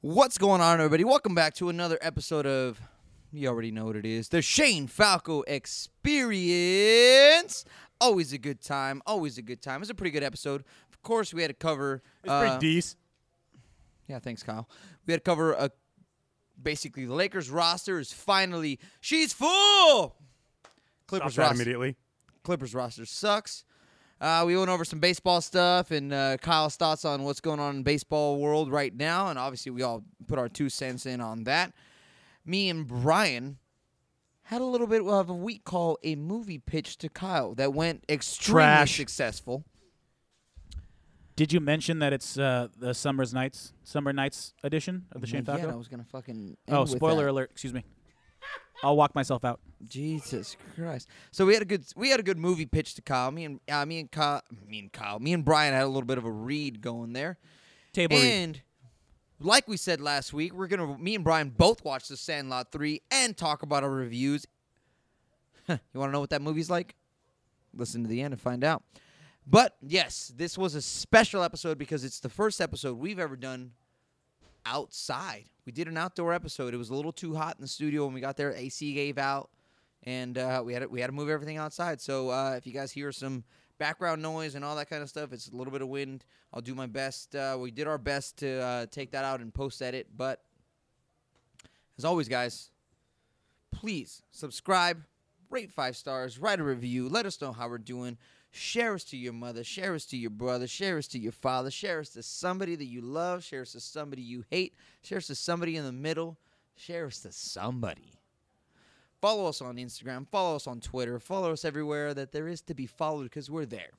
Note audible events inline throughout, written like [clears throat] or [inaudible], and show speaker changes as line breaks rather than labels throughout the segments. What's going on, everybody? Welcome back to another episode of you already know what it is the Shane Falco Experience. Always a good time. Always a good time. It's a pretty good episode. Of course, we had to cover.
It's
uh,
pretty decent.
yeah, thanks, Kyle. We had to cover a basically the Lakers roster is finally she's full.
Stop
Clippers
that
roster.
immediately.
Clippers roster sucks. Uh, we went over some baseball stuff and uh, Kyle's thoughts on what's going on in baseball world right now, and obviously we all put our two cents in on that. Me and Brian had a little bit of a week call a movie pitch to Kyle that went extremely
Trash.
successful.
Did you mention that it's uh, the summer's nights, summer nights edition of the Shane
Yeah,
Falco?
I was gonna fucking. end
oh,
with
spoiler
that.
alert! Excuse me. I'll walk myself out.
Jesus Christ! So we had a good we had a good movie pitch to Kyle. Me and uh, me and Kyle, me and Kyle, me and Brian had a little bit of a read going there.
Table read.
And like we said last week, we're gonna me and Brian both watch The Sandlot three and talk about our reviews. [laughs] you want to know what that movie's like? Listen to the end and find out. But yes, this was a special episode because it's the first episode we've ever done outside. We did an outdoor episode. It was a little too hot in the studio when we got there. AC gave out, and uh, we had to, we had to move everything outside. So uh, if you guys hear some background noise and all that kind of stuff, it's a little bit of wind. I'll do my best. Uh, we did our best to uh, take that out and post edit. But as always, guys, please subscribe, rate five stars, write a review, let us know how we're doing. Share us to your mother, share us to your brother, share us to your father, share us to somebody that you love, share us to somebody you hate, share us to somebody in the middle, share us to somebody. Follow us on Instagram, follow us on Twitter, follow us everywhere that there is to be followed because we're there.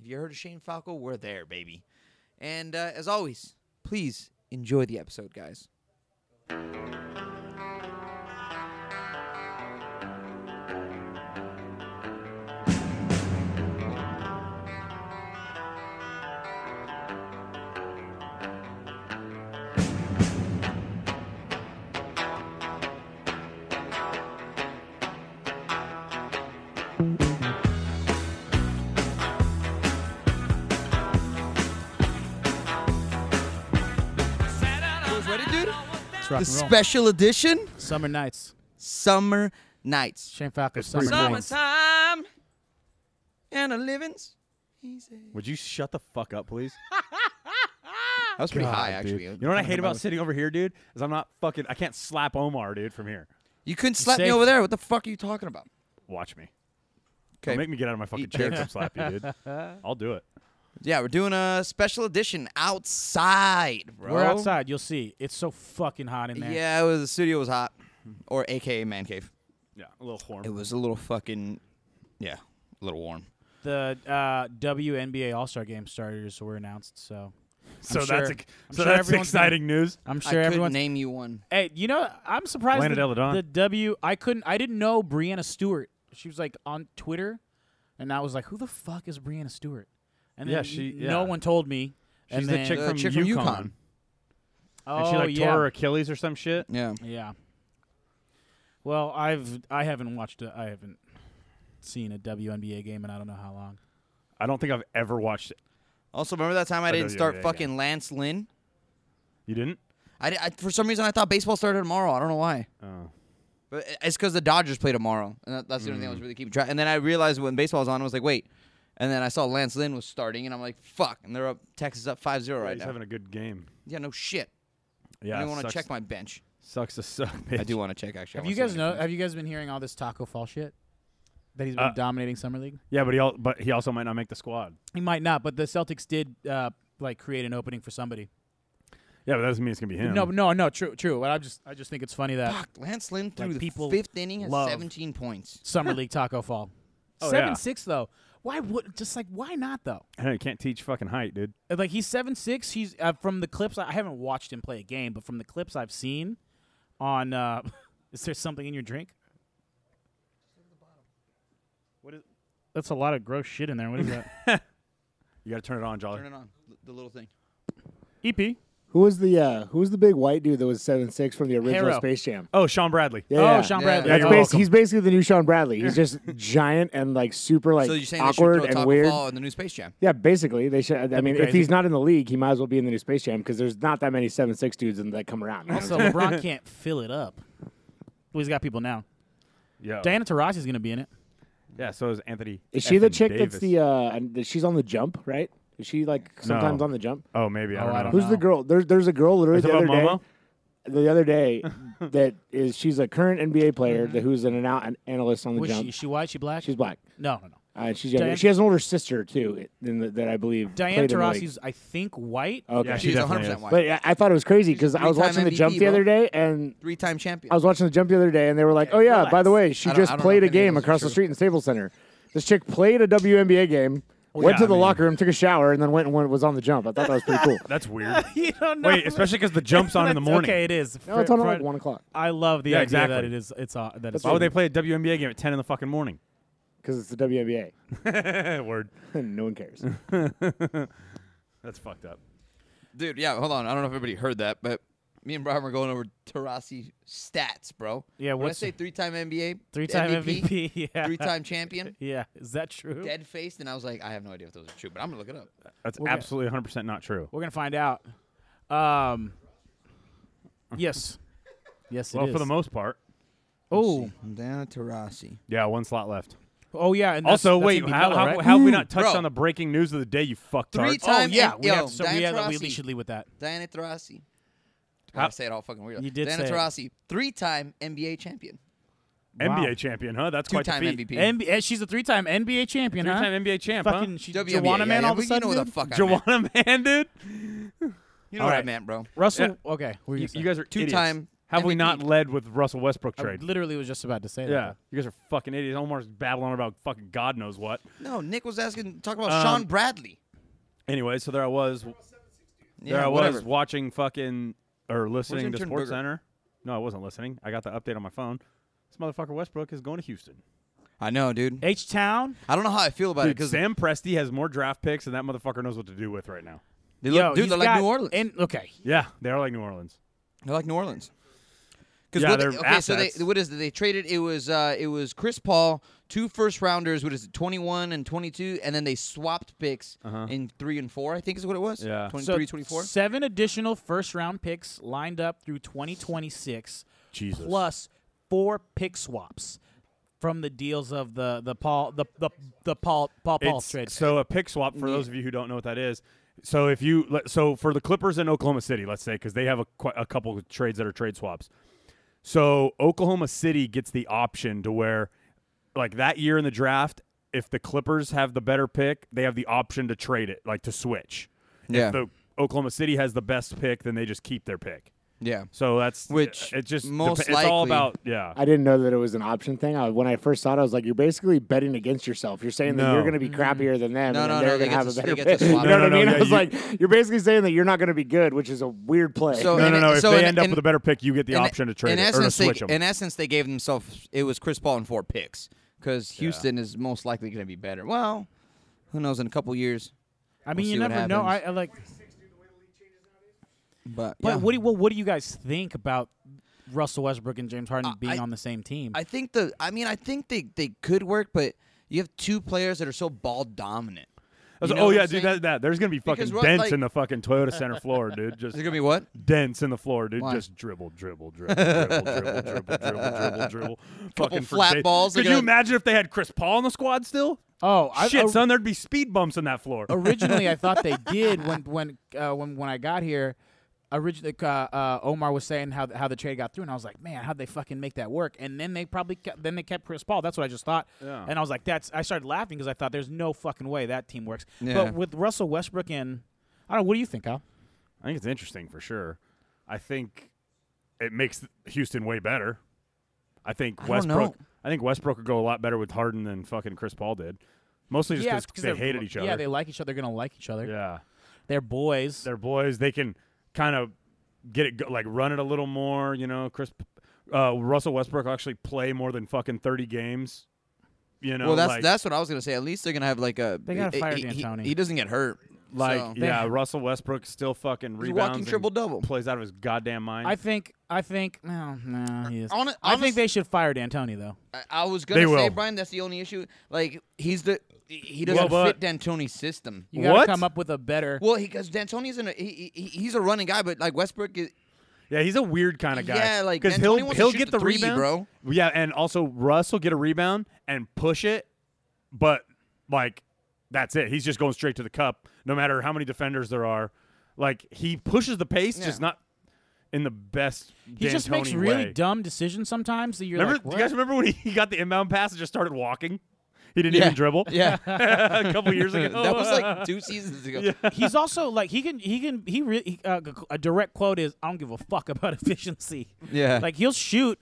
If you heard of Shane Falco, we're there, baby. And uh, as always, please enjoy the episode, guys. Feels ready, dude?
Let's rock
The
and roll.
special edition
summer nights.
Summer Nights.
Shane Falco.
It's pretty
Summer
cool.
nights.
Summertime and a living's easy.
Would you shut the fuck up, please?
That was pretty
God,
high,
dude.
actually.
You know what I hate about sitting over here, dude? Is I'm not fucking. I can't slap Omar, dude, from here.
You couldn't slap me
safe.
over there. What the fuck are you talking about?
Watch me.
Okay.
Don't make me get out of my fucking
Eat
chair and come slap you, dude. I'll do it.
yeah, we're doing a special edition outside, bro.
We're outside. You'll see. It's so fucking hot in there.
Yeah, it was the studio was hot, or AKA man cave.
Yeah, a little horn.
It was a little fucking, yeah, a little warm.
The uh, WNBA All Star Game starters were announced. So
so
I'm
that's
sure-
ex-
I'm
so
sure
that's
everyone's gonna-
exciting news.
I'm
I
sure
couldn't
everyone's.
name you one.
hey, you know, I'm surprised.
Lana
the,
Del Don.
the W. I couldn't. I didn't know Brianna Stewart. She was like on Twitter, and I was like, "Who the fuck is Brianna Stewart?" And then
Yeah, she-
n- no
yeah.
one told me.
She's
and
the
then,
chick
The
from
chick from
UConn.
UConn.
Oh
And she like
yeah.
tore her Achilles or some shit.
Yeah.
Yeah. Well, I've I haven't watched a, I haven't seen a WNBA game in I don't know how long.
I don't think I've ever watched it.
Also, remember that time I
I
didn't
know you
start
already
fucking Lance Lynn?
You didn't?
I, di- I for some reason I thought baseball started tomorrow. I don't know why.
Oh.
But i- it's because the Dodgers play tomorrow, and that, that's the only thing I was really keeping track. And then I realized when baseball was on, I was like, wait. And then I saw Lance Lynn was starting, and I'm like, fuck. And they're up Texas up 5-0 right
He's
now.
having a good game.
yeah, no shit.
Yeah.
I don't want to
sucks-
check my
[laughs]
bench.
Sucks to suck, bitch.
I do want to check actually. I
Have
wanna
you
see
guys
what
know?
happens.
Have you guys been hearing all this Taco Fall shit that he's been
Uh,
dominating summer league?
Yeah, but he al- but he also might not make the squad.
He might not, but the Celtics did uh, like create an opening for somebody.
Yeah, but that doesn't mean it's gonna be him.
No, no, no. True, true. But I just I just think it's funny that
Fuck, Lance Lynn threw the
people
fifth inning at
love-
17 points.
summer league Taco
[laughs]
Fall
Oh,
seven
yeah.
six though. Why would just like why not though?
I know, you can't teach fucking height, dude.
like he's seven six. He's uh, from the clips. I haven't watched him play a game, but from the clips I've seen on, uh, [laughs] is there something in your drink? What is? That's a lot of gross shit in
[laughs]
there. What is that? [laughs]
You got to turn it on, Jolly.
E
Turn it on, the little thing.
EP.
Who was the uh, Who was the big white dude that was seven six from the original
Harrow.
Space Jam?
Oh, Sean Bradley.
Yeah,
oh,
yeah.
Sean
Yeah.
Bradley.
Yeah,
That's
you're
basi-
welcome.
he's basically the new Sean Bradley.
[laughs]
He's just giant and like super like
so you're saying they
awkward
should
and
throw Taco
weird.
Fall in the new Space Jam?
Yeah, basically they should. I mean, if
crazy.
he's not in the league, he might as well be in the new Space Jam because there's not that many seven six dudes in, that come around. you know? [laughs]
So LeBron can't fill it up. Well, he's got people now.
Oh.
Yeah.
Diana Taurasi's going to be in it.
Yeah, so is Anthony.
Is she the
effing
chick
Davis.
that's the? Uh, and that she's on the jump, right? Is she like sometimes
No.
on the jump?
Oh, maybe. I
Oh,
don't
I
know.
don't
Who's
know.
the girl? There's there's a girl literally
Is it
the other
about
day.
Momo?
The other
[laughs]
day that is she's a current NBA player that
Mm-hmm.
who's an, ana- an analyst on the
Was
jump.
she, is she white? She black?
she's black.
no, no, no.
Uh, she's younger.
Diane-
she has an older sister too in the, that I believe.
Diana
played in Oh. the league.
Taurasi's, I think, white.
Okay.
Yeah, she
She's
definitely
100%
is.
white.
But yeah, I thought it was crazy because I was
Three-time
watching the
MVP,
jump the
bro.
other day, and
Three-time champion.
I was watching the jump the other day, and they were like, "Oh yeah, by the way, she
I don't-
just
I don't know if
played a
any of
game
those are
across the
true.
street in Staples Center. This chick played a WNBA game, went
yeah,
to
I
the
mean-
locker room, took a shower, and then went and went, was on the jump. I thought that was pretty cool.
That's [laughs] weird.
[laughs] you don't know.
Wait, especially because the jump's on in the
That's-
morning.
Okay, it is.
No, it's
Fr-
on at like
Fri-
one o'clock
I love the
Yeah,
idea
exactly.
that it is. It's on. That it's
Why would they play a WNBA game at 10 in the fucking morning?
because it's the
[laughs]
WNBA.
Word.
[laughs] no one cares.
That's fucked up.
Dude, yeah, hold on. I don't know if everybody heard that, but me and Brian were going over Tarasi stats, bro.
Yeah,
when I
what's-
say three-time NBA,
[laughs] three-time MVP? [laughs] Yeah,
three-time champion,
Yeah, is that true?
dead faced, and I was like, I have no idea if those are true, but I'm gonna look it up.
That's
gonna-
absolutely 100% not true.
We're gonna find out. Um, yes, yes. it
Well, for
is.
the most part.
oh,
Down to Rossi.
Yeah, one slot left.
oh yeah. And that's,
Also,
that's
wait,
Indi
how,
Bella,
how,
right?
how have we not touched
Bro.
on the breaking news of the day, you fucktards?
Three-time
oh yeah,
and-
we
yo,
have. So
Diana
we, have, we
Taurasi.
should leave with that.
Diana Taurasi.
How-
I say it all fucking weird.
You did
Diana
say it.
Taurasi, three-time NBA champion,
NBA champion, huh? That's quite
two-time
the feat.
MVP,
NBA, eh, she's a three-time NBA champion, huh?
Three-time NBA champ,
Fucking, she,
WNBA,
Juana
yeah,
man.
yeah,
all of a
we- you know
sudden,
what the
dude?
fuck I
huh?
meant.
[laughs] Joanna Man, dude.
You know what I
Alright.
meant, bro.
Russell. Okay, what were
You,
you,
you
saying?
guys are idiots.
Two-time
Have we not
MVP.
led with Russell Westbrook
I
trade?
literally was just about to say
Yeah,
that.
you guys are fucking idiots. Omar's babbling about fucking God knows what.
No, Nick was asking, talking about
Um,
Sean Bradley.
Anyway, so there I was, there
Yeah,
I was
whatever.
watching fucking or listening to
Where's
Sports
Intern
Center. No, I wasn't listening. I got the update on my phone. This motherfucker Westbrook is going to Houston.
I know, dude.
H Town.
I don't know how I feel about it
Dude,
because
Sam Presti has more draft picks, and that motherfucker knows what to do with right now.
they
Yo,
look, dude,
he's
they're like
got-
New Orleans.
And okay,
Yeah, they are like New Orleans.
They're like New Orleans. Because
Yeah,
what they-
they're
okay, so
assets.
they what is it? They traded it was uh it was Chris Paul, two first rounders, what is it, twenty one and twenty two, and then they swapped picks in three and four, I think is what it was.
Yeah.
23,
So
24.
Seven additional first round picks lined up through 2026,
Jesus.
plus four pick swaps from the deals of the the Paul the the, the Paul Paul Paul
It's-
trade.
So a pick swap for those of you who don't know what that is. So if you let- so for the Clippers in Oklahoma City, let's say because they have a, qu- a couple of trades that are trade swaps. So Oklahoma City gets the option to where, like that year in the draft, if the Clippers have the better pick, they have the option to trade it, like to switch.
Yeah.
If the Oklahoma City has the best pick, then they just keep their pick.
yeah.
So that's
Which
it just
most
depe- it's all
likely-
about yeah.
I didn't know that it was an option thing. I, when I first saw it, I was like, "You're basically betting against yourself. You're saying that
No.
you're going to be crappier than them,
No, no,
and then they're
no, they
going
get
have
to
a
s- they
better
get to
pick." you know [laughs]
swap
what
it.
I
No, no,
mean?
no,
I
yeah,
was
you-
like, "You're basically saying that you're not going to be good," which is a weird play.
So-
no,
in
no,
it-
no. If
so
they
in-
end up
in-
with a better pick, you get the
In-
option to trade
in
it, or to
essence,
switch
they,
them.
In essence, they gave themselves it was Chris Paul and four picks. Because Houston is most likely gonna be better. Well, who knows in a couple years.
I mean,
we'll
you
see what
never know. I,
happens.
I like,
But,
but
yeah.
what do you, well, what do you guys think about Russell Westbrook and James Harden
I-
being
I-
on the same team?
I think the I mean I think they, they could work, but you have two players that are so ball dominant.
That's-
You know
oh
what
yeah,
I'm saying?
dude, that, that there's gonna be
Because
fucking
what,
dents
like-
in the fucking Toyota
[laughs]
Center floor, dude. Just
Is it gonna be what?
dents in the floor, dude.
Why?
Just dribble, dribble, dribble, dribble, dribble, dribble, dribble,
[laughs]
dribble, dribble. Fucking for
flat
days.
balls, they're
Could you
gonna-
imagine if they had Chris Paul on the squad still?
oh, I,
Shit,
I-
son, there'd be speed bumps in that floor.
originally I thought
[laughs]
they did when when uh, when when I got here. Originally, uh, uh, Omar was saying how how the trade got through, and I was like, "Man, how'd they fucking make that work?" And then they probably kept, then they kept Chris Paul. That's what I just thought,
Yeah.
and I was like, "That's." I started laughing because I thought, "There's no fucking way that team works."
Yeah.
But with Russell Westbrook and I don't know, what do you think, Al?
I think it's interesting for sure. I think it makes Houston way better. I think
I don't
Westbrook.
know.
I think Westbrook would go a lot better with Harden than fucking Chris Paul did. Mostly just
Yeah,
because
'cause
they
they're
hated
bro-
each other.
Yeah, they like each other. They're gonna like each other.
yeah.
They're boys.
their boys. They can kind of get it, go- like run it a little more. You know, Chris, uh, Russell Westbrook will actually play more than fucking thirty games. You know,
well, that's
like,
that's what I was gonna say. At least they're gonna have like a.
They gotta
he-
fire
he, he-
D'Antoni.
He, doesn't get hurt.
Like,
So-
yeah,
Man.
Russell Westbrook still fucking
He's
rebounds.
walking
and
triple double.
Plays out of his goddamn mind.
I think. I think. No, no, he is.
Hone-
I think
honest-
they should fire D'Antoni though.
I, I was gonna
They
say,
will.
Brian, that's the only issue. Like he's the he- he doesn't
Well,
fit
but-
D'Antoni's system.
You gotta
What?
come up with a better.
Well, because D'Antoni isn't a, he, he, he's a running guy, but like Westbrook
[laughs]
is
yeah, he's a weird kind of guy.
Yeah, like,
because
D'Antoni
he'll
wants to
he'll
shoot
get
the
the,
three,
rebound,
bro.
Yeah, and also Russ will get a rebound and push it, but like that's it. He's just going straight to the cup, no matter how many defenders there are. Like he pushes the pace, just
Yeah.
not in the best.
he just makes
D'Antoni
really
way.
dumb decisions sometimes that you're
Remember,
like,
do
what?
you guys remember when he, he got the inbound pass and just started walking? He didn't even
[laughs]
dribble.
Yeah,
[laughs] a couple years ago.
that was like two seasons ago.
[laughs]
He's also like he can he can he re- he, uh, a direct quote is I don't give a fuck about [laughs] efficiency.
Yeah.
like he'll shoot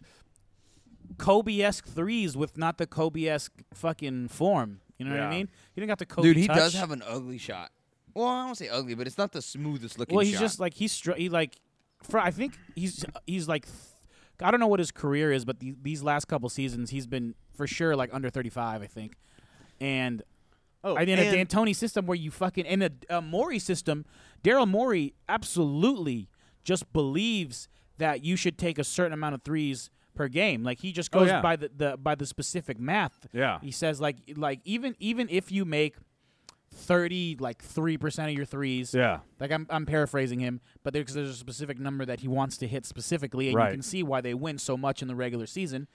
Kobe esque threes with not the Kobe esque fucking form. You know what I
Yeah.
mean? He didn't got the Kobe.
Dude, he does
touch.
have an ugly shot. Well, I don't say ugly, but it's not the smoothest looking.
Well, he's
shot.
just like he's str- he like for I think he's he's like th- I don't know what his career is, but the, these last couple seasons he's been for sure like under 35, I think. And
oh,
I mean, a
and-
D'Antoni system where you fucking and a, a Maury system, Daryl Morey absolutely just believes that you should take a certain amount of threes per game. Like he just
Oh,
goes
yeah.
by the, the by the specific math.
Yeah.
he says like like even even if you make thirty like three percent of your threes,
[laughs] yeah,
like I'm, I'm paraphrasing him, but there's, there's a specific number that he wants to hit specifically, and
Right.
you can see why they win so much in the regular season.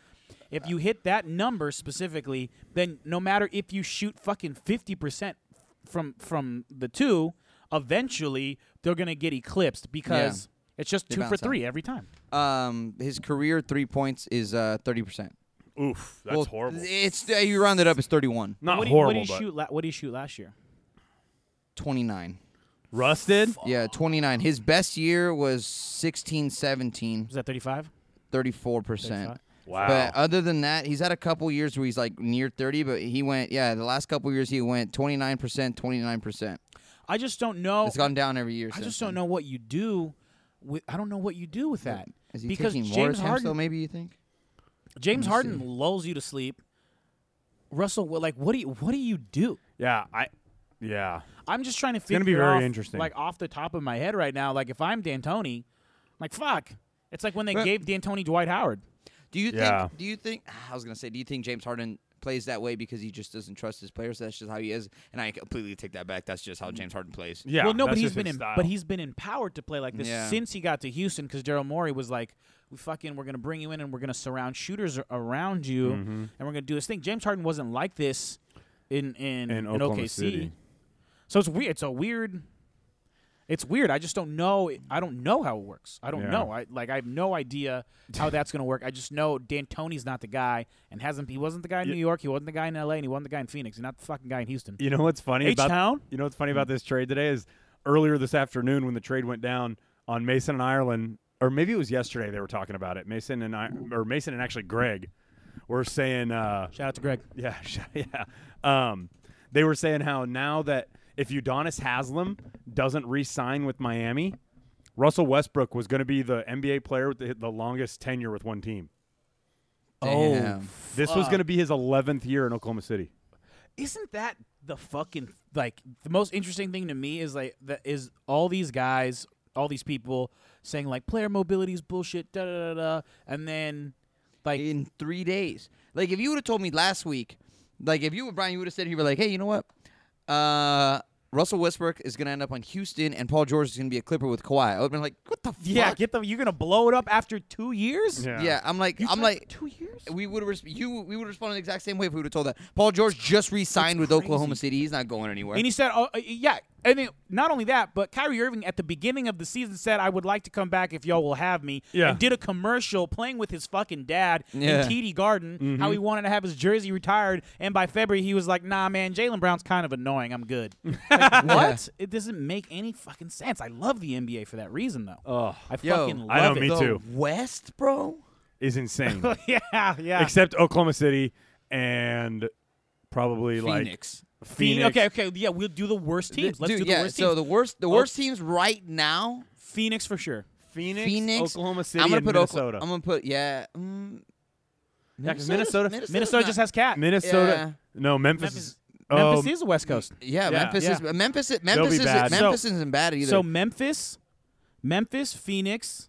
If you hit that number specifically, then no matter if you shoot fucking fifty percent from from the two, eventually they're gonna get eclipsed because it's just
They
two for
bounce out.
three every time.
um his career three points is uh thirty percent.
oof, that's horrible.
It's uh, you round it up, it's 31.
Not
what do you-
horrible,
What did
but
he shoot? La- what did he shoot last year?
29.
rusted.
Yeah, 29. His best year was 16, 17,
Was that thirty five?
34%.
Wow.
But uh, other than that, he's had a couple years where he's like near 30, but he went, yeah, the last couple years he went 29%, 29%.
I just don't know.
It's gone down every year.
I
since
just don't
then.
know what you do. With I don't know what you do with that
Is he
because
taking
James
Warren's
Harden
still, maybe you think?
James
Let me
Harden lulls you to sleep. Russell, wh- like, what do you what do you do?
yeah, I. Yeah,
I'm just trying to figure.
gonna be very
off,
interesting.
Like off the top of my head right now, like if I'm D'Antoni, like fuck, it's like when they
Well-
gave D'Antoni Dwight Howard.
Do you
Yeah.
think? Do you think? ah, I was gonna say, do you think James Harden plays that way because he just doesn't trust his players? That's just how he is, and I completely take that back. That's just how James Harden plays.
yeah.
well, no, but
that's
he's
just
been
his
em-
style.
but he's been empowered to play like this
Yeah.
since he got to Houston because Daryl Morey was like, we fucking we're gonna bring you in and we're gonna surround shooters ar- around you
Mm-hmm.
and we're gonna do this thing. James Harden wasn't like this in in,
in, Oklahoma
OKC.
City.
So it's weird. It's a weird. It's weird. I just don't know. I don't know how it works. I don't
Yeah.
know. I like. I have no idea how that's gonna work. I just know D'Antoni's not the guy, and hasn't. He wasn't the guy in
Ye-
New York. He wasn't the guy in L.A. And he wasn't the guy in Phoenix. He's not the fucking guy in Houston.
You know what's funny
H
about
Town.
You know what's funny about
Mm-hmm.
this trade today is earlier this afternoon when the trade went down on Mason and Ireland, or maybe it was yesterday they were talking about it. Mason and I, or Mason and actually Greg, were saying, uh, [laughs]
Shout out to Greg.
yeah, sh- yeah. Um, they were saying how now that if Udonis Haslam doesn't re-sign with Miami, Russell Westbrook was going to be the NBA player with the, the longest tenure with one team.
Oh,
Damn.
This was going to be his 11th year in Oklahoma City.
isn't that the fucking like the most interesting thing to me is like that is all these guys, all these people saying like player mobility is bullshit, da da da da, and then like
in three days. Like if you would have told me last week, like if you were Brian, you would have said you were like, hey, you know what? Uh, Russell Westbrook is gonna end up on Houston, and Paul George is gonna be a Clipper with Kawhi. I would have been like, what the fuck?
yeah, get them. You're gonna blow it up after two years.
yeah. I'm like,
You
I'm
said
like,
two years.
we would have resp- you we would respond the exact same way if we would have told that. Paul George just re-signed with Oklahoma City. He's not going anywhere.
And he said, "Oh, uh, yeah." And then not only that, but Kyrie Irving at the beginning of the season said, "I would like to come back if y'all will have me."
Yeah.
And did a commercial playing with his fucking dad
Yeah.
in TD Garden,
Mm-hmm.
how he wanted to have his jersey retired, and by February he was like, "Nah, man, Jalen Brown's kind of annoying. I'm
[laughs]
good." Like, what? It doesn't make any fucking sense. I love the NBA for that reason, though.
Oh,
I
Yo,
fucking love
I know,
it.
me
The
too.
West, bro.
is
[laughs]
insane.
yeah, yeah.
except Oklahoma City and probably
Phoenix.
like
Phoenix.
Phoenix.
Okay, okay, yeah. We'll do the worst teams. Let's
Dude,
do the
yeah.
worst
so
teams.
the worst, the worst teams right now.
Phoenix for sure.
Phoenix,
Phoenix,
Oklahoma City,
I'm gonna
and
put Okla-
Minnesota.
I'm gonna put yeah. Mm,
Yeah, 'cause Minnesota,
Minnesota's
Minnesota
not-
just has cat.
Minnesota. No, Memphis.
Memphis-
is-
Memphis
Um,
is the West Coast.
Yeah,
Yeah.
Memphis is Memphis. Is, Memphis, is,
bad.
Memphis isn't bad either.
So Memphis, Memphis, Phoenix,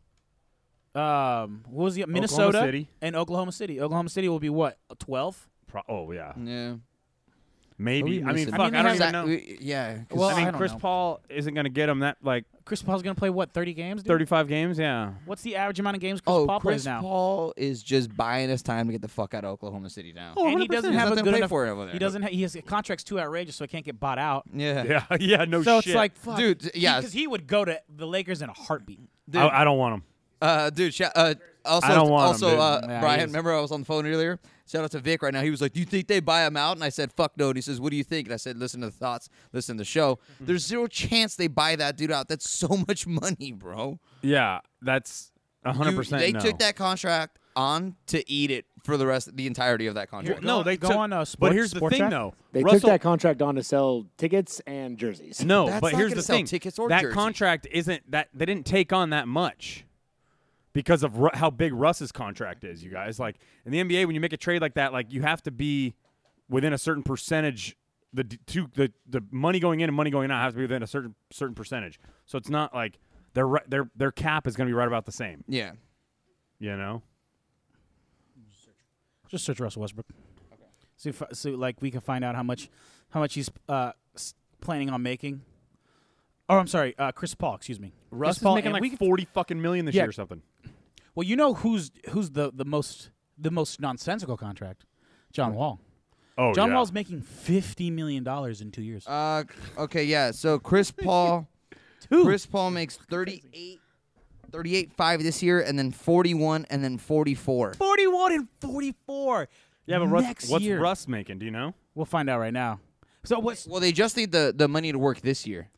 um, what was the Minnesota
City.
and Oklahoma City. Oklahoma City will be what twelve.
Pro- oh yeah,
yeah,
maybe.
Who Mm. are we
I mean,
missing?
fuck,
I
I,
mean, they
don't
have-
even
Zach-
know.
we- yeah. 'cause-
Well,
I
I
mean,
don't
Chris
know.
Paul isn't going to get him that like
Chris Paul's gonna play what thirty games? Dude?
35 games. Yeah,
What's the average amount of games Chris
oh,
Paul
Chris
plays now?
Paul is just buying us time to get the fuck out of Oklahoma City now.
Oh,
and he doesn't have
100%.
There's
a
nothing
good
to play
enough.
for over there.
He doesn't. Ha- he has, his contract's too outrageous, so he can't get bought out.
Yeah.
[laughs] yeah, yeah. No
so
shit,
it's like, fuck.
Dude, yeah.
because he would go to the Lakers in a heartbeat.
Dude,
I, I don't want him.
Uh, dude, shout, uh, also,
I don't want
also,
him, dude.
uh,
Nah,
Brian,
he's-
remember I was on the phone earlier? Shout out to Vic right now. He was like, Do you think they buy him out? And I said, Fuck no. And he says, What do you think? And I said, Listen to the thoughts, listen to the show. There's zero chance they buy that dude out. That's so much money, bro.
Yeah, that's 100.
You-
percent
They took that contract on to eat it for the rest, the entirety of that contract.
no,
Go-
they
go
took-
on, uh,
but
Sports-
here's the
Sports
thing,
Track.
though.
They
Russell,
took that contract on to sell tickets and jerseys.
No,
That's
but
not
here's
gonna
the
sell
thing:
tickets or
that
jerseys.
contract isn't that they didn't take on that much because of Ru- how big Russ's contract is. You guys like in the NBA when you make a trade like that, like you have to be within a certain percentage. The d- two the the money going in and money going out have to be within a certain certain percentage. So it's not like their ri- their their cap is going to be right about the same.
Yeah.
You know.
Just search Russell Westbrook. See, if, so like we can find out how much, how much he's uh, s- planning on making. Oh, I'm sorry, uh, Chris Paul. Excuse me,
Russ
Chris
is
Paul.
making
and we
like
could-
forty fucking million this
Yeah.
year or something.
well, you know who's who's the the most the most nonsensical contract? John Wall.
Oh,
John
yeah.
Wall's making fifty million dollars in two years.
Uh, okay, yeah. So
[laughs]
Chris Paul,
Two.
Chris Paul makes 38, 38, five this year, and then 41, and then 44.
Forty-one and forty-four.
yeah, but Russ,
next
what's
year.
Russ making? Do you know?
We'll find out right now. So what's
Well, they just need the, the money to work this year.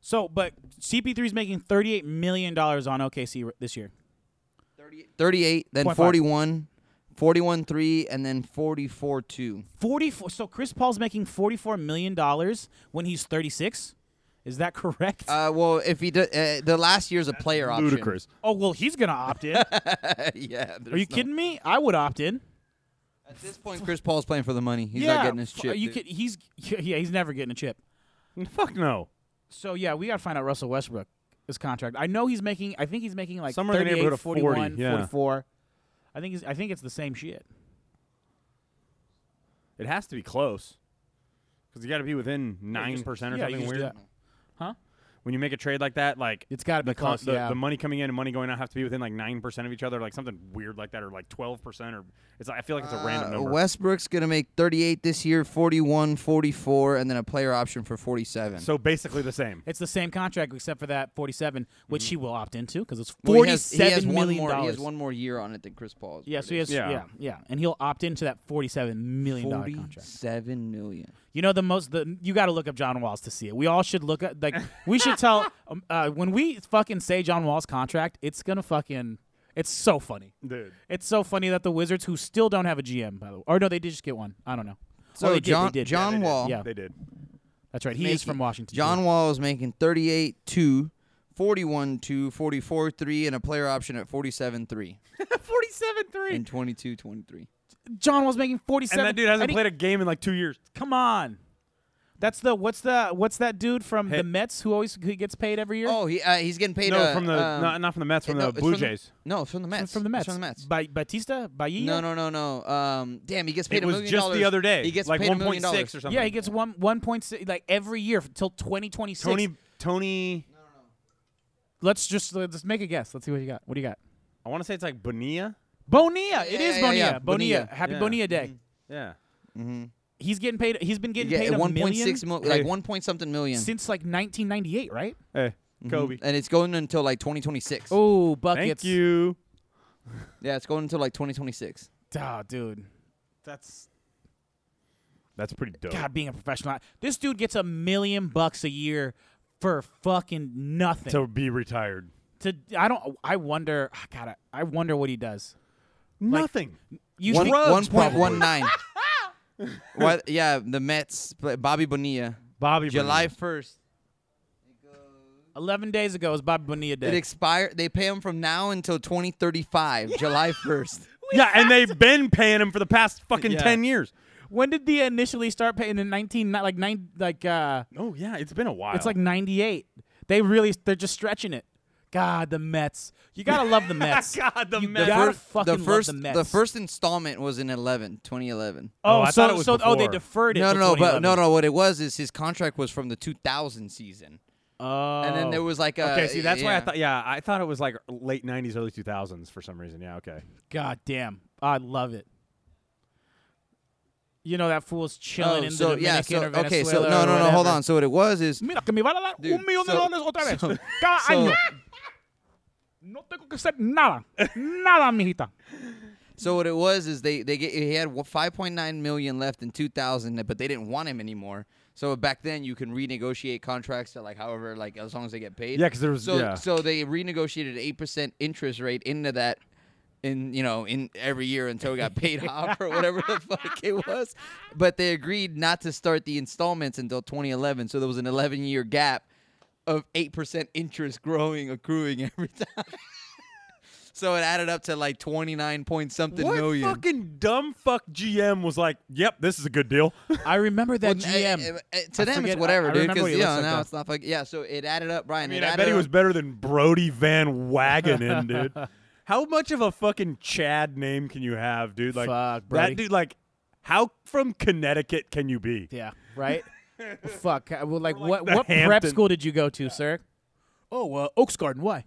so? But CP3 is making thirty-eight million dollars on OKC r- this year.
38, then
Point five.
41, 41 3, and then 44 2.
44 so chris paul's making 44 million dollars when he's 36 is that [laughs] correct
Uh, well, if he do, uh, the last year's a player option.
Ludicrous.
oh well he's gonna opt in
[laughs] yeah. there's
are you
no-
kidding me i would opt in
At this point, Chris Paul's playing for the money. He's
yeah
not getting his
f-
chip.
you
dude.
could he's [laughs] yeah he's never getting a chip
[laughs] Fuck no.
so yeah we gotta find out russell westbrook his contract i know he's making i think he's making like
Somewhere in the
38,
neighborhood of 40,
41
yeah.
44 i think he's, i think it's the same shit
It has to be close because you got to be within nine percent or
yeah, you
something
just
weird.
do that. huh
When you make a trade like that, like
it's gotta be
the, con-
close
the,
yeah
the money coming in and money going out have to be within like nine percent of each other, like something weird like that, or like twelve percent, or it's. I feel like it's a
Uh,
random number.
Westbrook's going to make 38 this year, 41, 44, and then a player option for 47.
so basically the same.
it's the same contract except for that 47
Mm-hmm.
which he will opt into because it's
Well, he has- he has,
forty-seven million
one more,
dollars
He has one more year on it than Chris Paul. is
Yeah,
what
so he
it
has
is.
yeah.
Yeah.
yeah, and he'll opt into that forty-seven million dollar contract.
Forty-seven million.
You know the most the you got to look up John Walls to see it. We all should look at like we should tell
[laughs]
um, uh, when we fucking say John Walls contract, it's gonna fucking it's so funny.
Dude,
It's so funny that the Wizards, who still don't have a GM, by the way, or no, they did just get one. I don't know.
So
Oh, they did, they
John
did.
John Wall.
Yeah.
they did.
that's right. He is
making-
from Washington.
John
too.
Wall is making 38 2, 41 2, 44 3, and a player option at 47 3
Forty-seven three.
and 22 23.
John Walls making
And
forty-seven.
that dude hasn't
and he-
played a game in like two years.
Come on. That's the what's the what's that dude from
Hey.
the Mets who always who gets paid every year?
Oh, he, uh, he's getting paid.
no,
uh,
from the
um,
not, not from the Mets, from
no,
the
it's
Blue Jays.
no, it's from the Mets.
from the Mets.
It's from the Mets.
Ba- Batista, Bahia.
No, no, no, no. Um, damn, he gets paid
it
a
was
million
just
dollars.
the other day.
He gets
like
paid a
one
million
point six
dollars.
or something.
Yeah, he gets one one point six like every year until twenty twenty six.
Tony. Tony.
let's just let's make a guess. Let's see what you got. What do you got?
I want to say it's like Bonilla.
Bonilla. it
Yeah,
is
yeah,
Bonilla.
yeah, Mm-hmm.
Bonilla.
Bonilla.
Happy
Yeah.
Bonilla Day.
Yeah.
He's getting paid. He's been
You
getting
get
paid a
1.6
million
mil- like
Hey.
1 point something million. Mm-hmm.
since like 1998, right?
Hey, Kobe.
And it's going until like 2026.
Oh, buckets.
Thank you.
Yeah, it's going until like 2026.
Oh, dude.
That's that's pretty dope.
God, being a professional, this dude gets a million bucks a year for fucking nothing.
to be retired.
to I don't. I wonder. ah, God, I, I wonder what he does.
Nothing.
You
One-
think- [laughs]
1.19. what? Yeah, the Mets. but Bobby Bonilla.
Bobby
July 1st.
Eleven days ago was Bobby Bonilla Day.
It expired. They pay him from now until 2035, July 1st.
yeah, and they've been paying him for the past fucking
Yeah.
ten years.
When did the initially start paying in 19 not like nine like uh
Oh yeah, it's been a while.
it's like 98. They really they're just stretching it. God, the Mets. You got to
[laughs]
love the Mets.
God, the
You [laughs]
Mets.
gotta
Fir-
fucking
the first
love the Mets.
first installment was in 11, 2011.
Oh,
so
I thought it was
so oh they
before.
deferred it.
No, no,
till
no, but
2011.
no, no. What it was is his contract was from the 2000 season,
Oh.
and then there was like a
Okay, see, that's why
Uh,
I
yeah.
thought. Yeah, I thought it was like late '90s, early 2000s for some reason. Yeah, okay.
God damn, I love it. You know that fool's chilling
Oh,
in the
so
Dominican
yeah, so
or
okay, so
Venezuela
no,
or
no, no. Hold
whatever.
on. So what it was
[laughs]
is
Mira que me van a dar
Dude,
un millón de
so-
dólares otra vez.
so-
Cada
so-
año. No tengo que hacer
[laughs]
nada, nada, mijita.
so what it was is they they get he had 5.9 million left in 2000, but they didn't want him anymore. So back then you can renegotiate contracts to like however like as long as they get paid.
Yeah, 'cause there was-
so
yeah.
so they renegotiated eight percent interest rate into that. In you know, in every year until it got
[laughs]
paid off or whatever the fuck it was, but they agreed not to start the installments until 2011. So there was an 11 year gap of eight percent interest growing, accruing every [laughs] time. so it added up to like 29 point something
what
million.
fucking dumb fuck GM was like, "Yep, this is a good deal."
I remember
Well,
that GM.
eh, eh, eh, to
I
them,
forget-
it's whatever,
I- I
dude.
remember
Because
what he
yeah,
looks like,
now
though.
it's not like yeah. So it added up, Brian.
I mean,
it
I
added
bet he
up-
was better than Brody Van Wagenen, dude. How much of a fucking Chad name can you have, dude? Like
Fuck, Brody.
that dude. Like, how from Connecticut can you be?
yeah,
[laughs]
right. Fuck. I- Well, like,
Or like
what?
the
What prep
Hampton-
school did you go to, sir? Oh, uh, Oaks Garden. Why?